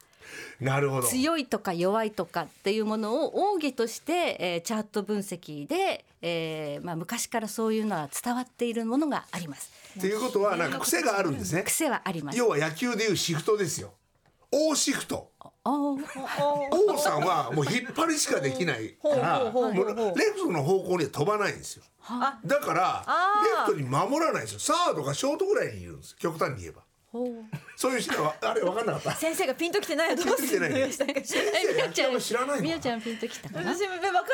Speaker 2: うん、なるほど
Speaker 4: 強いとか弱いとかっていうものを奥義として、えーチャート分析で、えーまあ、昔からそういうのは伝わっているものがあります。
Speaker 2: っていうことはなんか癖があるんですね
Speaker 4: 癖はあります
Speaker 2: 要は野球でいうシフトですよ O シフト
Speaker 4: おー
Speaker 2: O さんはもう引っ張りしかできないから
Speaker 3: ほうほうほうほう
Speaker 2: もうレフトの方向には飛ばないんですよ
Speaker 3: あ
Speaker 2: だから
Speaker 3: あー
Speaker 2: レフトに守らないんですよサードがショートぐらいにいるんです極端に言えば
Speaker 4: ほう
Speaker 2: そういう人はあれ分かんなかった
Speaker 3: 先生がピンときてないどうする
Speaker 2: ピンとき
Speaker 3: 私
Speaker 2: て
Speaker 3: も
Speaker 2: 生野球あんま知らないの
Speaker 4: みよちゃんピンときたかな
Speaker 3: 分か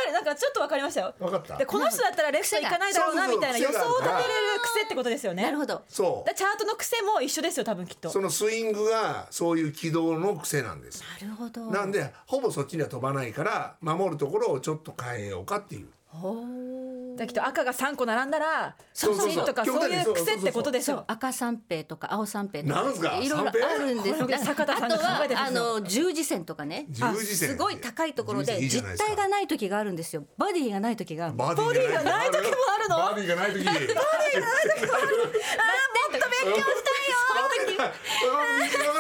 Speaker 3: るなんかちょっと分かりましたよ
Speaker 2: 分かった
Speaker 3: でこの人だったらレフト行かないだろうなみたいな
Speaker 2: 癖
Speaker 3: 予
Speaker 2: が
Speaker 3: 想を立てれる癖ってことですよね
Speaker 4: なるほど
Speaker 2: そ
Speaker 3: だからチャートの癖も一緒ですよ多分きっ
Speaker 2: う
Speaker 3: と
Speaker 2: そのスイングがそういう軌道の癖なんです
Speaker 4: なるほど
Speaker 2: なんでほぼそっちには飛ばないから守るところをちょっと変えようかっていう
Speaker 3: だからきっと赤が三個並んだら
Speaker 2: そ
Speaker 3: そう
Speaker 2: そうそう
Speaker 3: とかそういう癖ってことでし
Speaker 4: そう
Speaker 3: ょ
Speaker 4: 赤三平とか青三平と
Speaker 2: なんすか
Speaker 4: かいろいろあるんです
Speaker 3: 三平
Speaker 4: が
Speaker 3: 坂田さんが考えてるん
Speaker 4: あ
Speaker 3: ですよ
Speaker 4: とはあの十字線とかね
Speaker 2: 十字線
Speaker 4: すごい高いところで
Speaker 2: 十字線いいじゃ
Speaker 4: 実
Speaker 2: ないですか
Speaker 4: 体がない時があるんですよバディがない時があるんです
Speaker 2: バディがない時もあるのバディがない時バディがない時もあるもっと勉強したいよ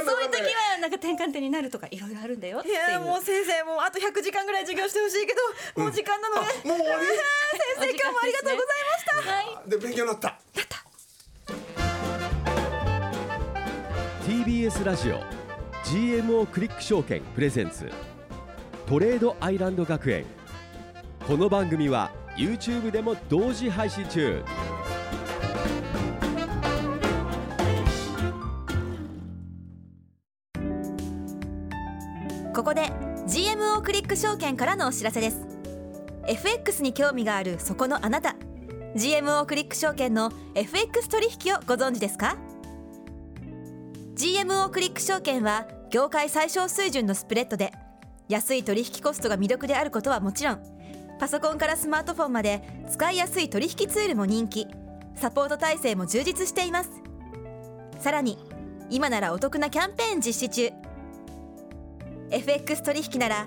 Speaker 4: そういう時はなんか転換点になるとかいろいろあるんだよって
Speaker 3: い
Speaker 4: いう
Speaker 3: やもう先生もうあと100時間ぐらい授業してほしいけどもう時間なので、
Speaker 2: もう終わ
Speaker 4: お時間ですね
Speaker 3: 先生今日もありがとうございました
Speaker 2: りで勉強になった。
Speaker 1: TBS ラジオ GMO クリック証券プレゼンツトレードアイランド学園この番組は YouTube でも同時配信中
Speaker 3: ここで GMO クリック証券からのお知らせです FX に興味があるそこのあなた GMO クリック証券の FX 取引をご存知ですか GMO クリック証券は業界最小水準のスプレッドで安い取引コストが魅力であることはもちろんパソコンからスマートフォンまで使いやすい取引ツールも人気サポート体制も充実していますさらに今ならお得なキャンペーン実施中 FX 取引なら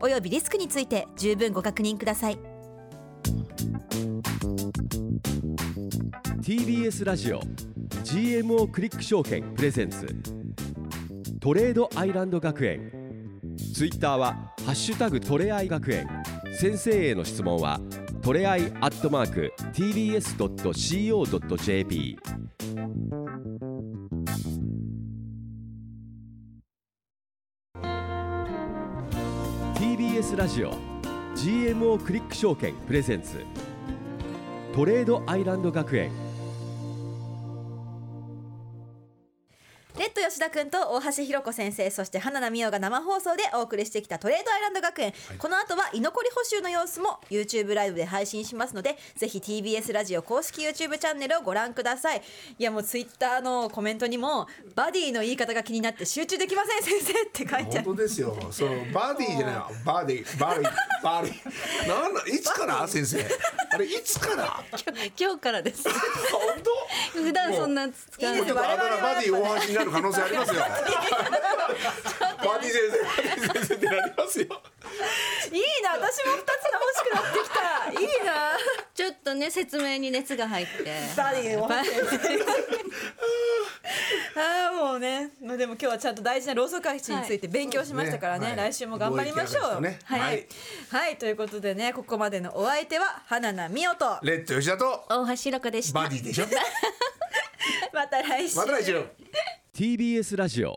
Speaker 3: およびリスクについて十分ご確認ください
Speaker 1: TBS ラジオ GMO クリック証券プレゼンツトレードアイランド学園ツイッターは「ハッシュタグトレアイ学園」先生への質問はトレアイアットマーク TBS.CO.JP TBS ラジオ GMO クリック証券プレゼンツトレードアイランド学園
Speaker 3: レッド吉田君と大橋ひろ子先生そして花名美桜が生放送でお送りしてきたトレードアイランド学園、この後は居残り補修の様子も YouTube ライブで配信しますのでぜひ TBS ラジオ公式 YouTube チャンネルをご覧くださいいやもう Twitter のコメントにもバディの言い方が気になって集中できません先生って書いてあ
Speaker 2: 本
Speaker 3: る
Speaker 2: 当ですよ。そのバディじゃないわバディバディバディ。なんだいつから先生。あれいつから。本
Speaker 4: 今日からです
Speaker 2: 当。
Speaker 4: 普段そんな使わ
Speaker 3: い
Speaker 4: ないい
Speaker 3: です
Speaker 2: ちょっとあだ名バディ大橋になる可能性ありますよ。バディ先生バディ先生ってなりますよ。
Speaker 3: いいな私も二つの欲しくなってきたいいな
Speaker 4: ちょっとね説明に熱が入って
Speaker 3: ダディをああもうねまあでも今日はちゃんと大事なローソク足について勉強しましたからね、
Speaker 2: はい
Speaker 3: 来週も頑張りましょう、
Speaker 2: 貿易博士とね
Speaker 3: はい、は
Speaker 2: はいい、
Speaker 3: ということでねここまでのお相手は花名美桜と
Speaker 2: レッド吉田と
Speaker 4: 大橋ひろ子でした
Speaker 2: バディでしょ
Speaker 3: また来週
Speaker 2: また来週
Speaker 1: TBS ラジオ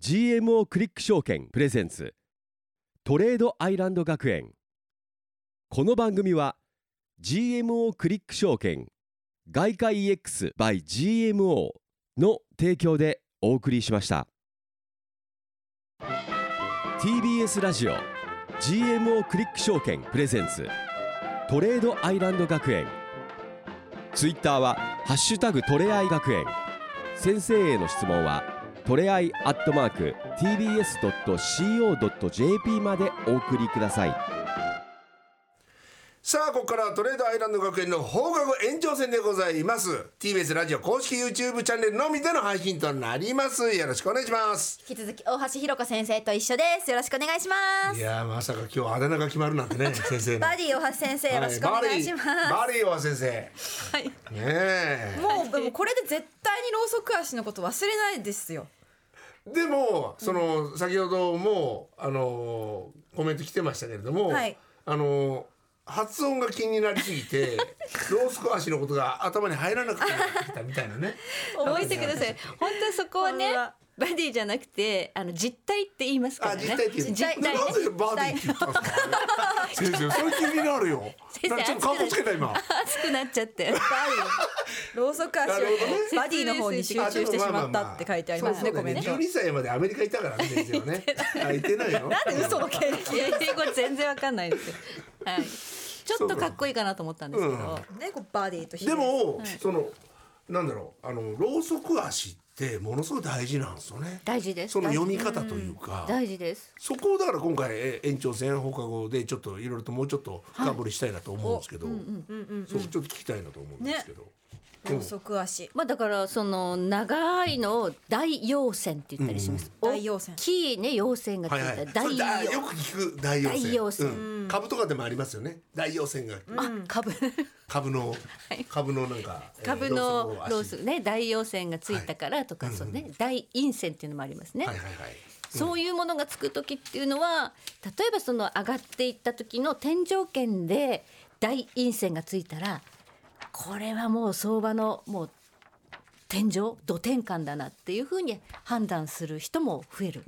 Speaker 1: GMO クリック証券プレゼンツトレードアイランド学園この番組は GMO クリック証券外貨 EX by GMO の提供でお送りしました TBS ラジオ GMO クリック証券プレゼンツトレードアイランド学園ツイッターは「ハッシュタグトレアイ学園」先生への質問はトレアイアットマーク TBS.CO.JP までお送りください
Speaker 2: さあここからはトレードアイランド学園の放課後延長戦でございます TBS ラジオ公式 YouTube チャンネルのみでの配信となりますよろしくお願いします
Speaker 3: 引き続き大橋ひろ子先生と一緒ですよろしくお願いしま
Speaker 2: い
Speaker 3: す
Speaker 2: やーまさか今日あだ名が決まるなんてね 先生の
Speaker 3: バディ大橋先生よろしくお願いします、
Speaker 2: バリーバリーは先生ね
Speaker 3: はい、
Speaker 2: え
Speaker 3: もうでもこれで絶対にローソク足のこと忘れないですよ
Speaker 2: でもその先ほどもあのーコメント来てましたけれども、
Speaker 3: はい
Speaker 2: あのー発音が気になりすぎてロースコア氏のことが頭に入らなくなってきたみたいなね
Speaker 4: 覚えてください本当そこは
Speaker 3: 本
Speaker 4: ね
Speaker 3: 当だ
Speaker 4: バディじゃなくてあの実態って言 いますから
Speaker 2: あ
Speaker 4: ね
Speaker 2: 実体っていう
Speaker 4: 実態
Speaker 2: なぜバーディーって言ったんですかあれ先生それ気になるよ
Speaker 4: 先生
Speaker 2: なちょっとカッコつけた今
Speaker 4: 熱くなっちゃっ
Speaker 3: バ
Speaker 4: て
Speaker 3: ディ ローソク足よりもバディの方に集中してしまったって書いてあります
Speaker 2: あで
Speaker 3: ねコ
Speaker 2: もまあ
Speaker 3: メン
Speaker 2: まあ
Speaker 3: ト
Speaker 2: そうそうだよね12歳までアメリカいたからね先生は ねあいてないよ
Speaker 3: なんで嘘の経
Speaker 4: い
Speaker 3: 験
Speaker 4: や英語全然わかんないですよはいちょっとかっこいいかなと思ったんですけど
Speaker 3: ねこうバディとヒ
Speaker 2: で
Speaker 3: ロ
Speaker 2: も、そのなんだろうあのろうそく足ってものすごい大事なんですよね
Speaker 4: 大事です
Speaker 2: その読み方というか
Speaker 4: 大事です
Speaker 2: そこをだから今回え延長戦放課後でちょっといろいろともうちょっと深掘りしたいなと思うんですけど、そうちょっと聞きたいなと思うんですけど、
Speaker 3: ローソク足
Speaker 4: まあだからその長いのを大陽線って言ったりします
Speaker 3: うんうん大陽線
Speaker 4: 大きいね陽線がつ
Speaker 2: はい
Speaker 4: い
Speaker 2: は
Speaker 4: た
Speaker 2: いそれ
Speaker 4: 大
Speaker 2: だよ
Speaker 4: 陽
Speaker 2: く聞く大陽線
Speaker 4: 大陽線
Speaker 2: うん株とかでもありますよね大陽線が、
Speaker 4: あ株
Speaker 2: 株の、株のなんかえー
Speaker 4: 株の
Speaker 2: ろ
Speaker 4: ロー
Speaker 2: うそ
Speaker 4: ス
Speaker 2: く足
Speaker 4: ね大陽線がついたからとかそうね大陰線っていうのもありますね
Speaker 2: はいはいはい
Speaker 4: そういうものがつく時っていうのは例えばその上がっていった時の天井圏で大陰線がついたらこれはもう相場のもう天井土天間だなっていうふうに判断する人も増える、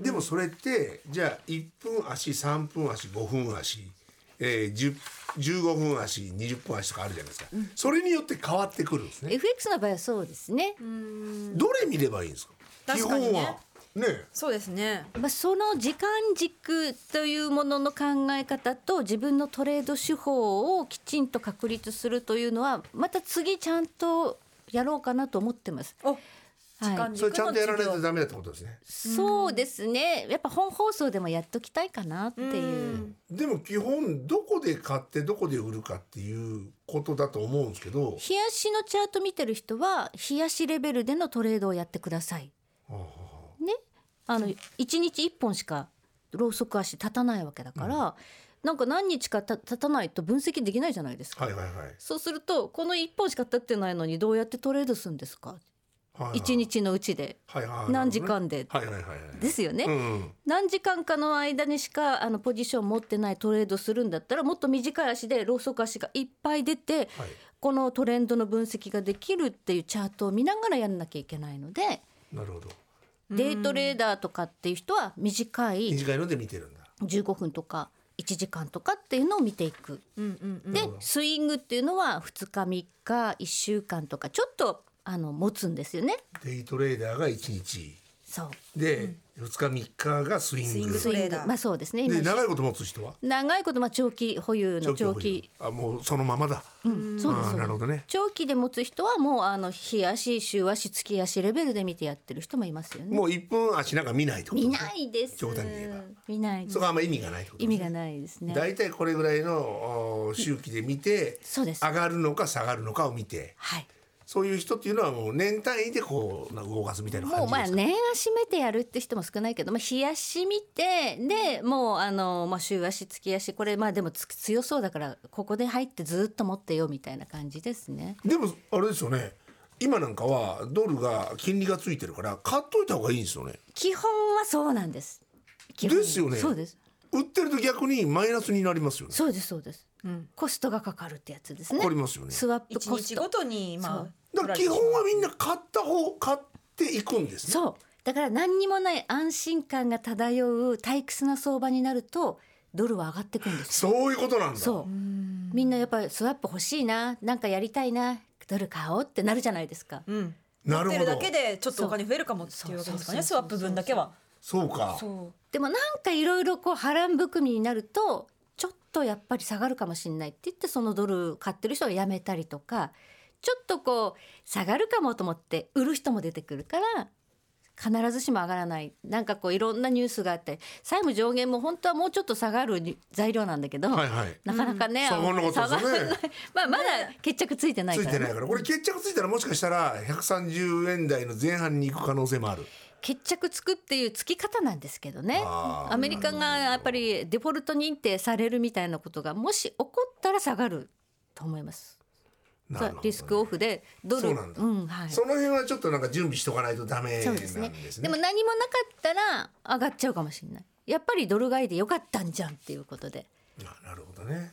Speaker 2: でもそれってじゃあ1分足3分足5分足、えー、10 15分足20分足とかあるじゃないですか、それによって変わってくるんですね
Speaker 4: FX の場合はそうですね、
Speaker 2: どれ見ればいいんですか
Speaker 3: 確
Speaker 2: 基
Speaker 3: かにね
Speaker 2: 本はね
Speaker 3: そうですね
Speaker 4: まあ、その時間軸というものの考え方と自分のトレード手法をきちんと確立するというのはまた次ちゃんとやろうかなと思ってます。
Speaker 3: お
Speaker 4: はい
Speaker 3: 時間
Speaker 2: それちゃんとやらない
Speaker 3: 軸
Speaker 2: と
Speaker 3: の授業
Speaker 2: ダメだってことですね
Speaker 4: そうですね。やっぱ本放送でもやっときたいかなっていう。
Speaker 2: でも基本どこで買ってどこで売るかっていうことだと思うんですけど
Speaker 4: 冷やしのチャート見てる人は冷やしレベルでのトレードをやってください。ね、あの一日一本しかローソク足立たないわけだから、なんか何日かた立たないと分析できないじゃないですか。
Speaker 2: はいはいはいはい
Speaker 4: そうするとこの一本しか立ってないのにどうやってトレードするんですか。
Speaker 2: はい
Speaker 4: 一日のうちで
Speaker 2: はいはいはい
Speaker 4: 何時間で。
Speaker 2: はいはいはいはい
Speaker 4: ですよね。
Speaker 2: うん
Speaker 4: 何時間かの間にしかあのポジション持ってないトレードするんだったらもっと短い足でローソク足がいっぱい出て、
Speaker 2: はい
Speaker 4: このトレンドの分析ができるっていうチャートを見ながらやんなきゃいけないので、
Speaker 2: なるほど
Speaker 4: デイトレーダーとかっていう人は短い
Speaker 2: 短いので見てるんだ
Speaker 4: 15分とか1時間とかっていうのを見ていく。
Speaker 3: うんうんうん
Speaker 4: でスイングっていうのは2日3日1週間とかちょっとあの持つんですよね。
Speaker 2: デイトレーダーが一日
Speaker 4: そう
Speaker 2: で、二2日3日がスイング
Speaker 3: スイングトレーダー
Speaker 4: まあそうですね。今
Speaker 2: で長いこと持つ人は
Speaker 4: 長いことまあ長期保有の長
Speaker 2: 保有
Speaker 4: 期
Speaker 2: あもうそのままだ、
Speaker 4: うんそうです
Speaker 2: あーな
Speaker 4: そうです
Speaker 2: るほどね
Speaker 4: 長期で持つ人はもうあの日足週足月足レベルで見てやってる人もいますよね
Speaker 2: もう1分足なんか見ないってこと
Speaker 4: 見
Speaker 2: ね
Speaker 4: ないです
Speaker 2: 冗談で言えば
Speaker 4: 見ないです
Speaker 2: そこはあんま意味がないってこと
Speaker 4: 意味がないですね
Speaker 2: 大体これぐらいのお周期で見て
Speaker 4: そうです
Speaker 2: 上がるのか下がるのかを見て
Speaker 4: はい
Speaker 2: そういう人っていうのはもう年単位でこうなんか動かすみたいな
Speaker 4: も
Speaker 2: 感
Speaker 4: う
Speaker 2: じで
Speaker 4: まあ
Speaker 2: すか。
Speaker 4: 年足めてやるって人も少ないけど、まあ、日足見てでもうあの、まあ、週足月足これまあでもつ強そうだからここで入ってずっと持ってよみたいな感じですね。
Speaker 2: でもあれですよね。今なんかはドルが金利がついてるから買っといた方がいいんですよね。
Speaker 4: 基本はそうなんです。基本
Speaker 2: ですよね
Speaker 4: そうです
Speaker 2: 売ってると逆にマイナスになりますよね。
Speaker 4: そうですそうです、コストがかかるってやつですね
Speaker 2: わかりますよね。
Speaker 4: スワップ
Speaker 3: 一
Speaker 4: コス
Speaker 3: 日ご
Speaker 4: ト
Speaker 3: とにまあ
Speaker 2: だから基本はみんな買った方買っていくんですね。
Speaker 4: そうだから何にもない安心感が漂う退屈な相場になるとドルは上がってくんです
Speaker 2: そういうことなんだ。
Speaker 4: そうみんなやっぱりスワップ欲しいななんかやりたいなドル買おうってなるじゃないですか、
Speaker 3: うん
Speaker 2: なる
Speaker 3: 持っ
Speaker 2: ほ
Speaker 3: てる
Speaker 2: ど
Speaker 3: だ。けでちょっとお金増えるかもっていうわけですかねス
Speaker 4: そう
Speaker 3: ワ
Speaker 4: そうそうそ
Speaker 3: ップ
Speaker 4: う
Speaker 3: 分だけは
Speaker 2: そうか。
Speaker 3: そう
Speaker 4: でもなんかいろいろこう波乱含みになるとちょっとやっぱり下がるかもしれないって言ってそのドル買ってる人はやめたりとかちょっとこう下がるかもと思って売る人も出てくるから必ずしも上がらないなんかこういろんなニュースがあって債務上限も本当はもうちょっと下がるに材料なんだけど、
Speaker 2: はいはい。
Speaker 4: なかなかね、
Speaker 2: 下がんなかったです
Speaker 4: 下
Speaker 2: よ
Speaker 4: が
Speaker 2: ね
Speaker 4: らないまあまだ決着ついてない
Speaker 2: つ
Speaker 4: か
Speaker 2: い
Speaker 4: ら、
Speaker 2: てないからこれ決着ついたらもしかしたら130円台の前半に行く可能性もある
Speaker 4: 決着つくっていうつき方なんですけどね
Speaker 2: あー
Speaker 4: アメリカがやっぱりデフォルト認定されるみたいなことがもし起こったら下がると思います、
Speaker 2: な
Speaker 4: さ
Speaker 2: るほど
Speaker 4: リスクオフでドル
Speaker 2: そうなんだ
Speaker 4: うんはい、
Speaker 2: その辺はちょっとなんか準備しとかないとダメな
Speaker 4: そ
Speaker 2: ん
Speaker 4: う
Speaker 2: で
Speaker 4: です
Speaker 2: す
Speaker 4: ね
Speaker 2: ね
Speaker 4: でも何もなかったら上がっちゃうかもしれないやっぱりドル買いでよかったんじゃんっていうことで
Speaker 2: あなるほどね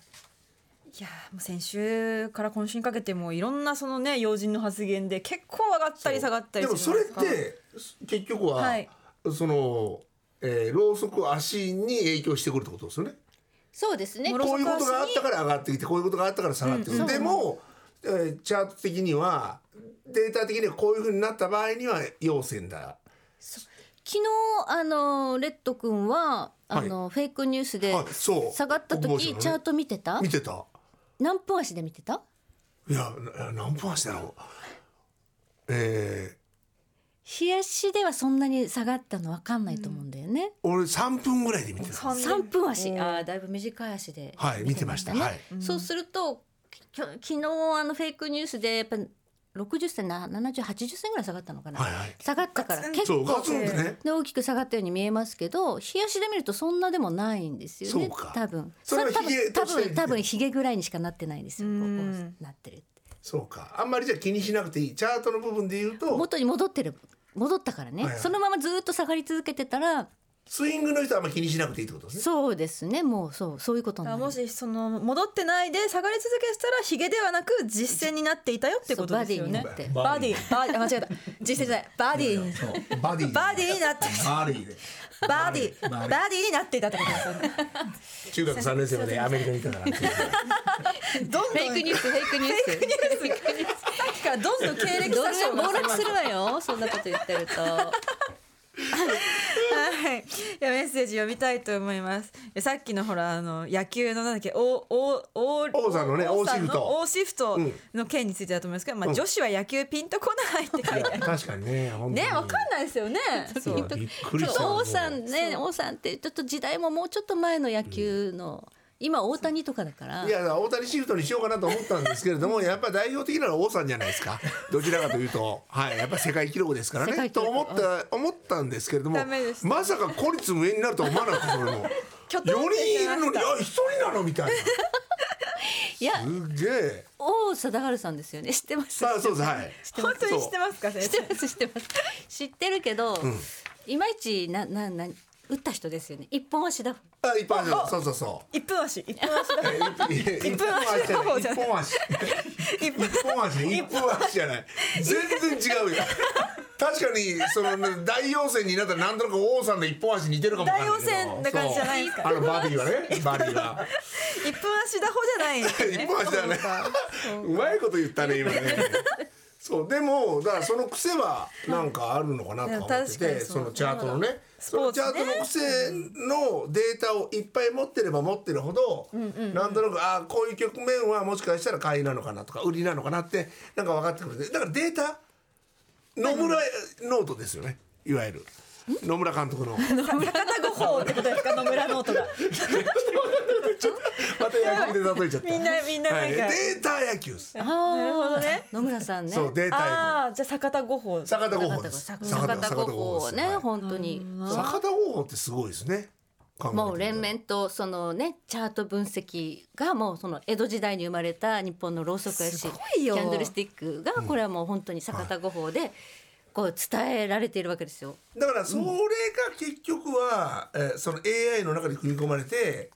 Speaker 3: いやーもう先週から今週にかけてもいろんなそのね要人の発言で結構上がったり下がった
Speaker 2: で
Speaker 3: り
Speaker 2: も
Speaker 3: す
Speaker 2: そ
Speaker 3: る
Speaker 2: れ
Speaker 3: ん
Speaker 2: っ
Speaker 3: ですか
Speaker 2: て結局は、
Speaker 3: はい
Speaker 2: その、えー、ろうそく足に影響してくるってことですよね
Speaker 4: そうですね
Speaker 3: もろ
Speaker 2: こういうことがあったから上がってきてこういうことがあったから下がってくる、でも、えーチャート的にはデータ的にはこういうふうになった場合には陽線だ
Speaker 4: 昨日あのレッド君はあの、フェイクニュースで
Speaker 2: はいそう
Speaker 4: 下がった
Speaker 2: 僕もそう
Speaker 4: 時、
Speaker 2: だね
Speaker 4: チャート見てた
Speaker 2: 見てた
Speaker 4: 何分足で見てた
Speaker 2: いやな何分足だろうえー、
Speaker 4: 冷やしではそんなに下がったの分かんないと思うんだよね、
Speaker 2: 俺3分ぐらいで見てた
Speaker 3: 三
Speaker 4: 三3分足あーだいぶ短い足で
Speaker 2: はい見てました
Speaker 4: ね
Speaker 2: はい
Speaker 4: そうするときょ昨日あのフェイクニュースでやっぱ60銭な7080銭ぐらい下がったのかな、
Speaker 2: はいはい
Speaker 4: 下がったから
Speaker 3: ガツン
Speaker 4: 結
Speaker 2: そうガ
Speaker 4: 構
Speaker 2: ツンってね
Speaker 4: で大きく下がったように見えますけど冷やしで見るとそんなでもないんですよね
Speaker 2: そうか
Speaker 4: 多分
Speaker 2: それは
Speaker 4: 多分
Speaker 2: ヒゲ
Speaker 4: 多
Speaker 2: として
Speaker 4: 分多分ひげぐらいにしかなってないんですよこうこうなってる
Speaker 2: そうかあんまりじゃあ気にしなくていいチャートの部分で言うと
Speaker 4: 元に戻ってる戻ったからね、
Speaker 2: はいはい
Speaker 4: そのままずーっと下がり続けてたら
Speaker 2: スイングの人はあんまり気にしなくていいってことですね
Speaker 4: そうですねもうそうそういうことに
Speaker 3: だ
Speaker 4: な
Speaker 3: から
Speaker 4: る
Speaker 3: もしその戻ってないで下がり続けてたらヒゲではなく実践になっていたよってことですよね
Speaker 4: そうバディになって
Speaker 3: バディバディあ間違えた実践じゃないバディに
Speaker 2: そうバディ
Speaker 3: バディになって
Speaker 2: バディで
Speaker 3: バディ
Speaker 2: バ
Speaker 3: バ
Speaker 2: ディ
Speaker 3: ディになっていたってことですよね
Speaker 2: 中学3年生までアメリカにいたから
Speaker 3: どん
Speaker 4: フ
Speaker 3: どん
Speaker 4: ェイクニュースフェイクニュース
Speaker 3: さっきからどんどん経歴
Speaker 4: ド
Speaker 3: 詐
Speaker 4: ル
Speaker 3: 称
Speaker 4: が
Speaker 3: が
Speaker 4: 暴落するわよそんなこと言ってると
Speaker 3: はい、いやメッセージ読みたいと思います。えさっきのほらあの野球のなんだっけ、おおお
Speaker 2: 王さんのね
Speaker 3: 王さんの
Speaker 2: 王
Speaker 3: 王シフト
Speaker 2: うん
Speaker 3: の件についてだと思いますけど、ま
Speaker 2: う
Speaker 3: あ
Speaker 2: ん
Speaker 3: 女子は野球ピンとこないって書いてある。
Speaker 2: 確かにね本当に
Speaker 3: ね、わかんないですよね。そ
Speaker 2: いうやびっくりした
Speaker 4: 王さんね王さんってちょっと時代ももうちょっと前の野球の、今大谷とかだから
Speaker 2: いや大谷シフトにしようかなと思ったんですけれどもやっぱ代表的なのは王さんじゃないですかどちらかというと、はい、やっぱ世界記録ですから
Speaker 4: 世界
Speaker 2: ね
Speaker 4: 記
Speaker 2: と
Speaker 4: 録
Speaker 2: 思った思ったんですけれども
Speaker 3: ダメでした
Speaker 2: まさか孤立無縁になるとは思わなくてそれ も
Speaker 3: きょとん
Speaker 2: 4
Speaker 3: と
Speaker 2: 人
Speaker 3: し
Speaker 2: い
Speaker 3: てま
Speaker 2: るの
Speaker 3: し
Speaker 2: に
Speaker 3: た
Speaker 2: あ1人なのみたい
Speaker 4: いや
Speaker 2: なすげえ
Speaker 4: 王貞治さんですよね知ってます
Speaker 2: さあそうですはい
Speaker 3: 本当に知ってますか先
Speaker 4: 知
Speaker 3: 生
Speaker 4: って。ます知ってます知ってるけど、いまいちななな打った人ですよね一本足だ
Speaker 2: あ一般人そうそうそ
Speaker 3: 一分足、 一分足
Speaker 2: う一
Speaker 3: 分足の方じゃない
Speaker 2: 一本足
Speaker 3: 一分
Speaker 2: 一本足一本足じゃない全然違 うよ確かにその大陽線になったらなんとなく王さんの一本足似てるかもわかんないけど
Speaker 3: 大陽線な感じじゃないですか
Speaker 2: そうあのバディはねバディは
Speaker 3: 一分足だほじゃないんですよ
Speaker 2: 一
Speaker 3: ね。
Speaker 2: 本足だねうまいこと言ったね今ねそうでもだからその癖はなんかあるのかなとは思って
Speaker 3: いや確か
Speaker 2: て
Speaker 3: にそう
Speaker 2: そのチャートのね
Speaker 3: ス
Speaker 2: そ
Speaker 3: ポー
Speaker 2: の
Speaker 3: ツ
Speaker 2: チ
Speaker 3: ね
Speaker 2: ャートの癖のデータをいっぱい持ってれば持ってるほどなんとなくああこういう局面はもしかしたら買いなのかなとか売りなのかなってなんか分かってくるんでだからデータ野村ノートですよねいわゆる野村監 督の
Speaker 3: 高田五法ってことですか野村ノートが。
Speaker 2: またや野球で例えちゃった。
Speaker 3: みんなみんななん
Speaker 2: は
Speaker 3: か
Speaker 2: いデータ野球っす。
Speaker 4: な
Speaker 3: るほどね。
Speaker 4: 野村さんね。
Speaker 2: そうデータ野球。
Speaker 3: ああ、じゃあ坂田五宝。
Speaker 2: 坂田五法です。
Speaker 4: 坂田高校を
Speaker 2: です
Speaker 4: ね、
Speaker 2: はい
Speaker 4: 本当に。
Speaker 2: 坂田五法ってすごいですね。考えてみたら
Speaker 4: もう連。綿とそのねチャート分析がもうその江戸時代に生まれた日本のろうそくやし
Speaker 3: す
Speaker 4: キ
Speaker 3: ごいよ
Speaker 4: ャンドルスティックがこれはもう本当に坂田五法でこう伝えられているわけですよ。
Speaker 2: だからそれが結局は、えーその AI の中に組み込まれて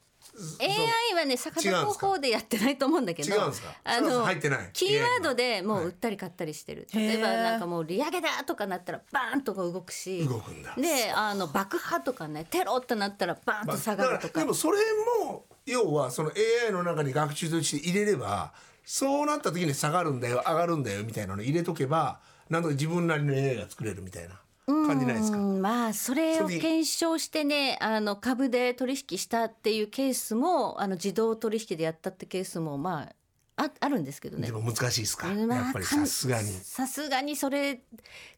Speaker 4: AI はね坂田五法でやってないと思うんだけど
Speaker 2: 違うんですか
Speaker 4: あ
Speaker 2: そうそう
Speaker 4: の
Speaker 2: 入ってない
Speaker 4: キーワードでもう売ったり買ったりしてる、
Speaker 3: い
Speaker 4: 例えば
Speaker 3: へー
Speaker 4: なんかもう利上げだとかなったらバーンとこう動くし
Speaker 2: 動くんだ
Speaker 4: であの爆破とかねテロってなったらバーン
Speaker 2: ま
Speaker 4: と
Speaker 2: あ
Speaker 4: 下
Speaker 2: だ
Speaker 4: が
Speaker 2: から
Speaker 4: るとか,、
Speaker 2: でもそれも要はその AI の中に学習として入れればそうなった時に下がるんだよ上がるんだよみたいなの入れとけばなんとか自分なりの AI が作れるみたいな感じないですか
Speaker 4: うんまあそれを
Speaker 2: それで
Speaker 4: 検証してねあの株で取引したっていうケースもあの自動取引でやったってケースもまあああるんですけどね
Speaker 2: で。も難しいですかや
Speaker 4: まあ
Speaker 2: っぱりさすがに
Speaker 4: かんさすがにそれ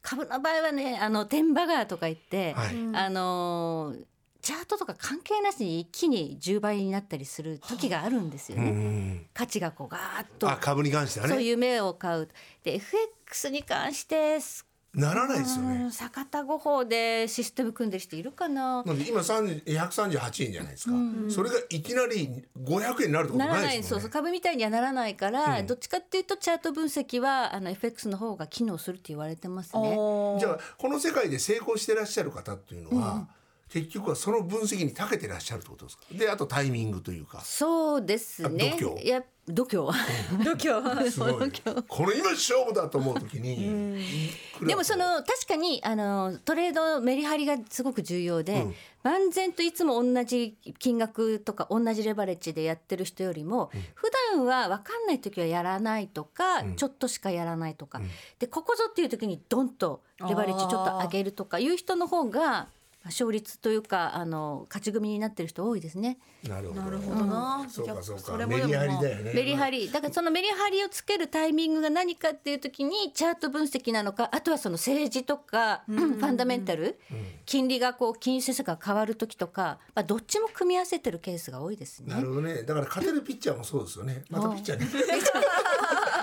Speaker 4: 株の場合はねあの天バガーとか言って、
Speaker 2: はい
Speaker 4: あのーチャートとか関係なしに一気に10倍になったりする時があるんですよ
Speaker 2: う
Speaker 4: ね、
Speaker 2: ん
Speaker 4: 価値がこうガーッと
Speaker 2: あ株に関しては
Speaker 4: そう
Speaker 2: ね
Speaker 4: 夢を買うで FX に関してす
Speaker 2: ならないですよ
Speaker 4: う
Speaker 2: ね
Speaker 4: ん坂田五法でシステム組んでる人いるかな
Speaker 2: なんで今30 138円じゃないですか、それがいきなり500円になるってこと
Speaker 4: なら
Speaker 2: な
Speaker 4: ないい
Speaker 2: です
Speaker 4: そ
Speaker 2: も
Speaker 4: うんそ
Speaker 2: ね
Speaker 4: う株みたいにはならないから、どっちかっていうとチャート分析はあの FX の方が機能するって言われてますね。
Speaker 3: おー
Speaker 2: じゃあこの世界で成功してらっしゃる方っていうのは、結局はその分析に長けてらっしゃるってことですかであとタイミングというか
Speaker 4: そうですね。
Speaker 2: あ度胸
Speaker 4: いや 度胸。
Speaker 3: 度胸。
Speaker 2: すごいこれ今勝負だと思う時に
Speaker 4: でもその確かにあのトレードのメリハリがすごく重要で、万全といつも同じ金額とか同じレバレッジでやってる人よりも、普段は分かんない時はやらないとか、ちょっとしかやらないとか、でここぞっていう時にドンとレバレッジちょっと上げるとかいう人の方が勝率というかあの勝ち組になってる人多いですね。
Speaker 2: なるほど
Speaker 3: なるほどな。
Speaker 2: そうかそうか
Speaker 3: れも
Speaker 2: メ
Speaker 3: でも
Speaker 2: リハリだよね
Speaker 4: メリハリだからそのメリハリをつけるタイミングが何かっていう時にチャート分析なのかあとはその政治とかファンダメンタル金利がこう金融政策が変わる時とか、まあ、どっちも組み合わせてるケースが多いですね
Speaker 2: な。るほどねだから勝てるピッチャーもそうですよねまたピッチャーね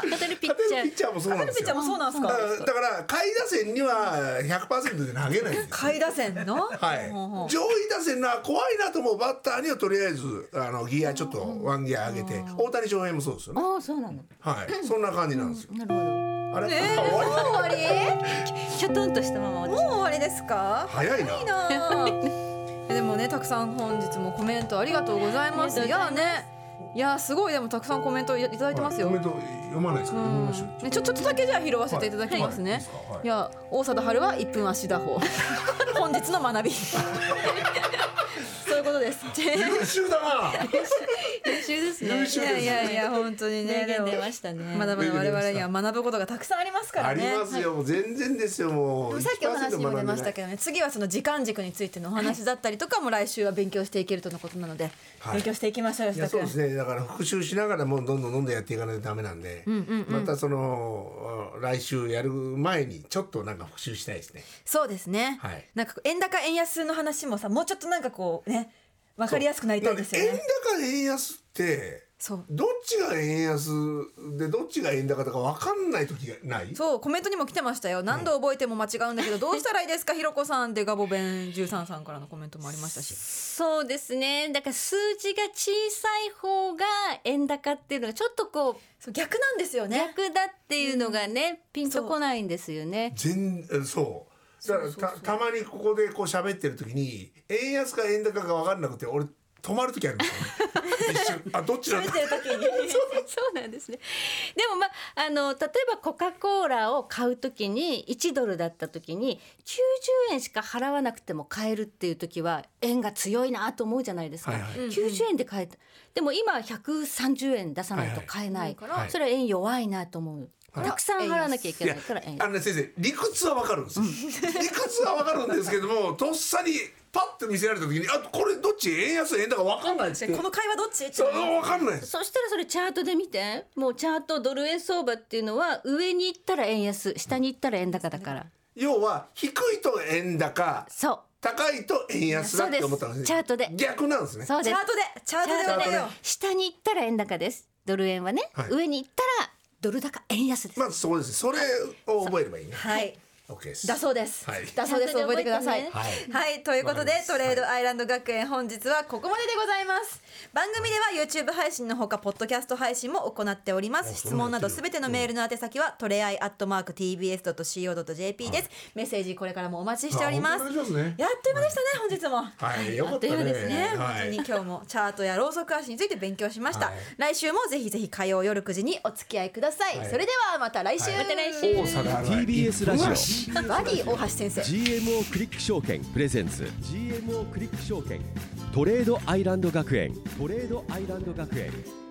Speaker 4: 勝てるピッ
Speaker 2: 勝てるピッ
Speaker 4: チャー
Speaker 2: チャーもそうなん
Speaker 3: カ
Speaker 2: で
Speaker 3: ル
Speaker 2: す
Speaker 3: ピ
Speaker 2: よ
Speaker 3: ちゃんもそうなんです
Speaker 2: だから
Speaker 3: か。
Speaker 2: だから下位打線には100%で投げないんですよ
Speaker 3: 下位打線の。
Speaker 2: はい、
Speaker 3: ほうほう
Speaker 2: 上位打線な怖いなと思うバッターにはとりあえずあのギアちょっとワンギア上げて大谷翔平もそうですよね
Speaker 4: ああそうなの
Speaker 2: はいそんな感じなんですよ
Speaker 4: なるほど
Speaker 2: あれ、
Speaker 3: え
Speaker 2: あ
Speaker 3: ー、もう
Speaker 2: 終わり
Speaker 3: 終わり。
Speaker 4: ひょとんとしたまま
Speaker 3: もう
Speaker 4: 私
Speaker 3: 終わりですか。
Speaker 2: 早いない
Speaker 3: いなあでもねたくさん本日もコメントありがとうございます
Speaker 4: あ
Speaker 3: い
Speaker 4: りがと
Speaker 3: や
Speaker 4: うございます
Speaker 3: ねいやすごいでもたくさんコメントいたいただいてますよ、
Speaker 2: コメント読まないですか、読みましょう
Speaker 3: うんねちょちょっとだけじゃあ拾わせていただきますね、
Speaker 2: はい
Speaker 3: い
Speaker 2: はいはい
Speaker 3: や大貞春は一分足 打法本日の学びそういうことです
Speaker 2: 優秀だな
Speaker 4: 優秀です
Speaker 2: 優
Speaker 3: い
Speaker 2: 秀
Speaker 3: やいやいや本当にね
Speaker 4: 名言出ま
Speaker 3: で
Speaker 4: したね
Speaker 3: もまだまだ我々には学ぶことがたくさんありますか
Speaker 2: あ
Speaker 3: らね
Speaker 2: りますよ、もう全然ですよもう
Speaker 3: さっきお話にも出ました
Speaker 2: 1%
Speaker 3: けどね次はその時間軸についてのお話だったりとかも来週は勉強していけるとのことなので、
Speaker 2: はい
Speaker 3: 勉強していきましょう
Speaker 2: い
Speaker 3: 吉
Speaker 2: や
Speaker 3: 田
Speaker 2: そう
Speaker 3: 君
Speaker 2: ですねだから復習しながらもうどんどんどんどんやっていかないとダメなんで、またそのあ来週やる前にちょっとなんか復習したいですね
Speaker 3: そうですね、
Speaker 2: はい
Speaker 3: なんか円高円安の話もさもうちょっとなんかこうねわかりやすくなりたいですよ
Speaker 2: なん
Speaker 3: ね
Speaker 2: で円高円安って
Speaker 3: そう
Speaker 2: どっちが円安でどっちが円高だか分かんない時がない
Speaker 3: そうコメントにも来てましたよ何度覚えても間違うんだけど、どうしたらいいですかひろこさんでガボベン13さんからのコメントもありましたし
Speaker 4: そうですねだから数字が小さい方が円高っていうのがちょっとこう
Speaker 3: そう逆なんですよね
Speaker 4: 逆だっていうのがね、ピンとこないんですよね。
Speaker 2: 全えそうだからたたまにここでこう喋ってる時に円安か円高か分かんなくて俺止まる時あるんですよ、 ね、一瞬あどっちなんだ
Speaker 3: 見てる時に
Speaker 4: そう なんですね。でもまああの例えばコカコーラを買うときに1ドルだったときに90円しか払わなくても買えるっていう時は円が強いなと思うじゃないですか。
Speaker 2: はいはい
Speaker 4: 90円で買えた。でも今130円出さないと買えない。
Speaker 3: はい
Speaker 2: はい
Speaker 4: それは円弱いなと思う。
Speaker 2: はい
Speaker 4: たくさん払わなきゃいけ
Speaker 2: い
Speaker 4: な
Speaker 2: や
Speaker 4: いから円安
Speaker 2: あのね先生理屈は分かるんですよ 理屈は分かるんですけどもとっさにパッと見せられた時にあこれどっち円安円高分かんないっつって
Speaker 3: この会話どっちって
Speaker 2: そう分かんないです
Speaker 4: そしたらそれチャートで見てもうチャートドル円相場っていうのは上に行ったら円安下に行ったら円高だから
Speaker 2: 要は低いと円高
Speaker 4: そう
Speaker 2: 高いと円安だって思ったんですね
Speaker 4: そうですチャートで
Speaker 2: 逆なんですね
Speaker 4: そう
Speaker 3: チ
Speaker 4: で
Speaker 3: ャ
Speaker 4: す
Speaker 3: ートでチャートで
Speaker 4: チャート
Speaker 3: 覚
Speaker 4: で
Speaker 3: えよう
Speaker 4: 下に行ったら円高ですドル円はね、
Speaker 2: はい
Speaker 4: 上に行ったらドル高円安です、
Speaker 2: まずそこですそれを覚えればいいね
Speaker 3: はい。
Speaker 2: OK です
Speaker 3: だそうです。
Speaker 2: はい
Speaker 3: だそうです。
Speaker 4: ちゃんと
Speaker 3: 覚え
Speaker 4: 覚
Speaker 3: て
Speaker 4: えて
Speaker 3: く
Speaker 4: ね
Speaker 3: ださい。は、
Speaker 2: はいい
Speaker 3: ということで
Speaker 2: わかります
Speaker 3: トレードアイランド学園本日はここまででございます。番組では YouTube 配信のほかポッドキャスト配信も行っております。
Speaker 2: あ
Speaker 3: 質問などす
Speaker 2: そう
Speaker 3: べ
Speaker 2: なんや
Speaker 3: てのメールの宛先は、トレアイアットマーク TBS ドット CO ドット JP です、メッセージこれからもお待ちしております。
Speaker 2: あ本当にお願いしますね
Speaker 3: やっという間でしたね、本日も。
Speaker 2: はいよかった
Speaker 4: あっという間です
Speaker 2: ね
Speaker 3: ね、
Speaker 2: は
Speaker 3: 本当
Speaker 2: い
Speaker 3: に今日もチャートやローソク足について勉強しました、
Speaker 2: はい
Speaker 3: 来週もぜひぜひ火曜夜9時にお付き合いください、
Speaker 2: はい
Speaker 3: それではまた来週、
Speaker 2: はいまた
Speaker 4: 来週
Speaker 2: 王貞治
Speaker 1: TBS ラジオ
Speaker 2: うわし
Speaker 3: バディ大橋先生
Speaker 1: GMO クリック証券プレゼンツ GMO クリック証券トレードアイランド学園トレードアイランド学園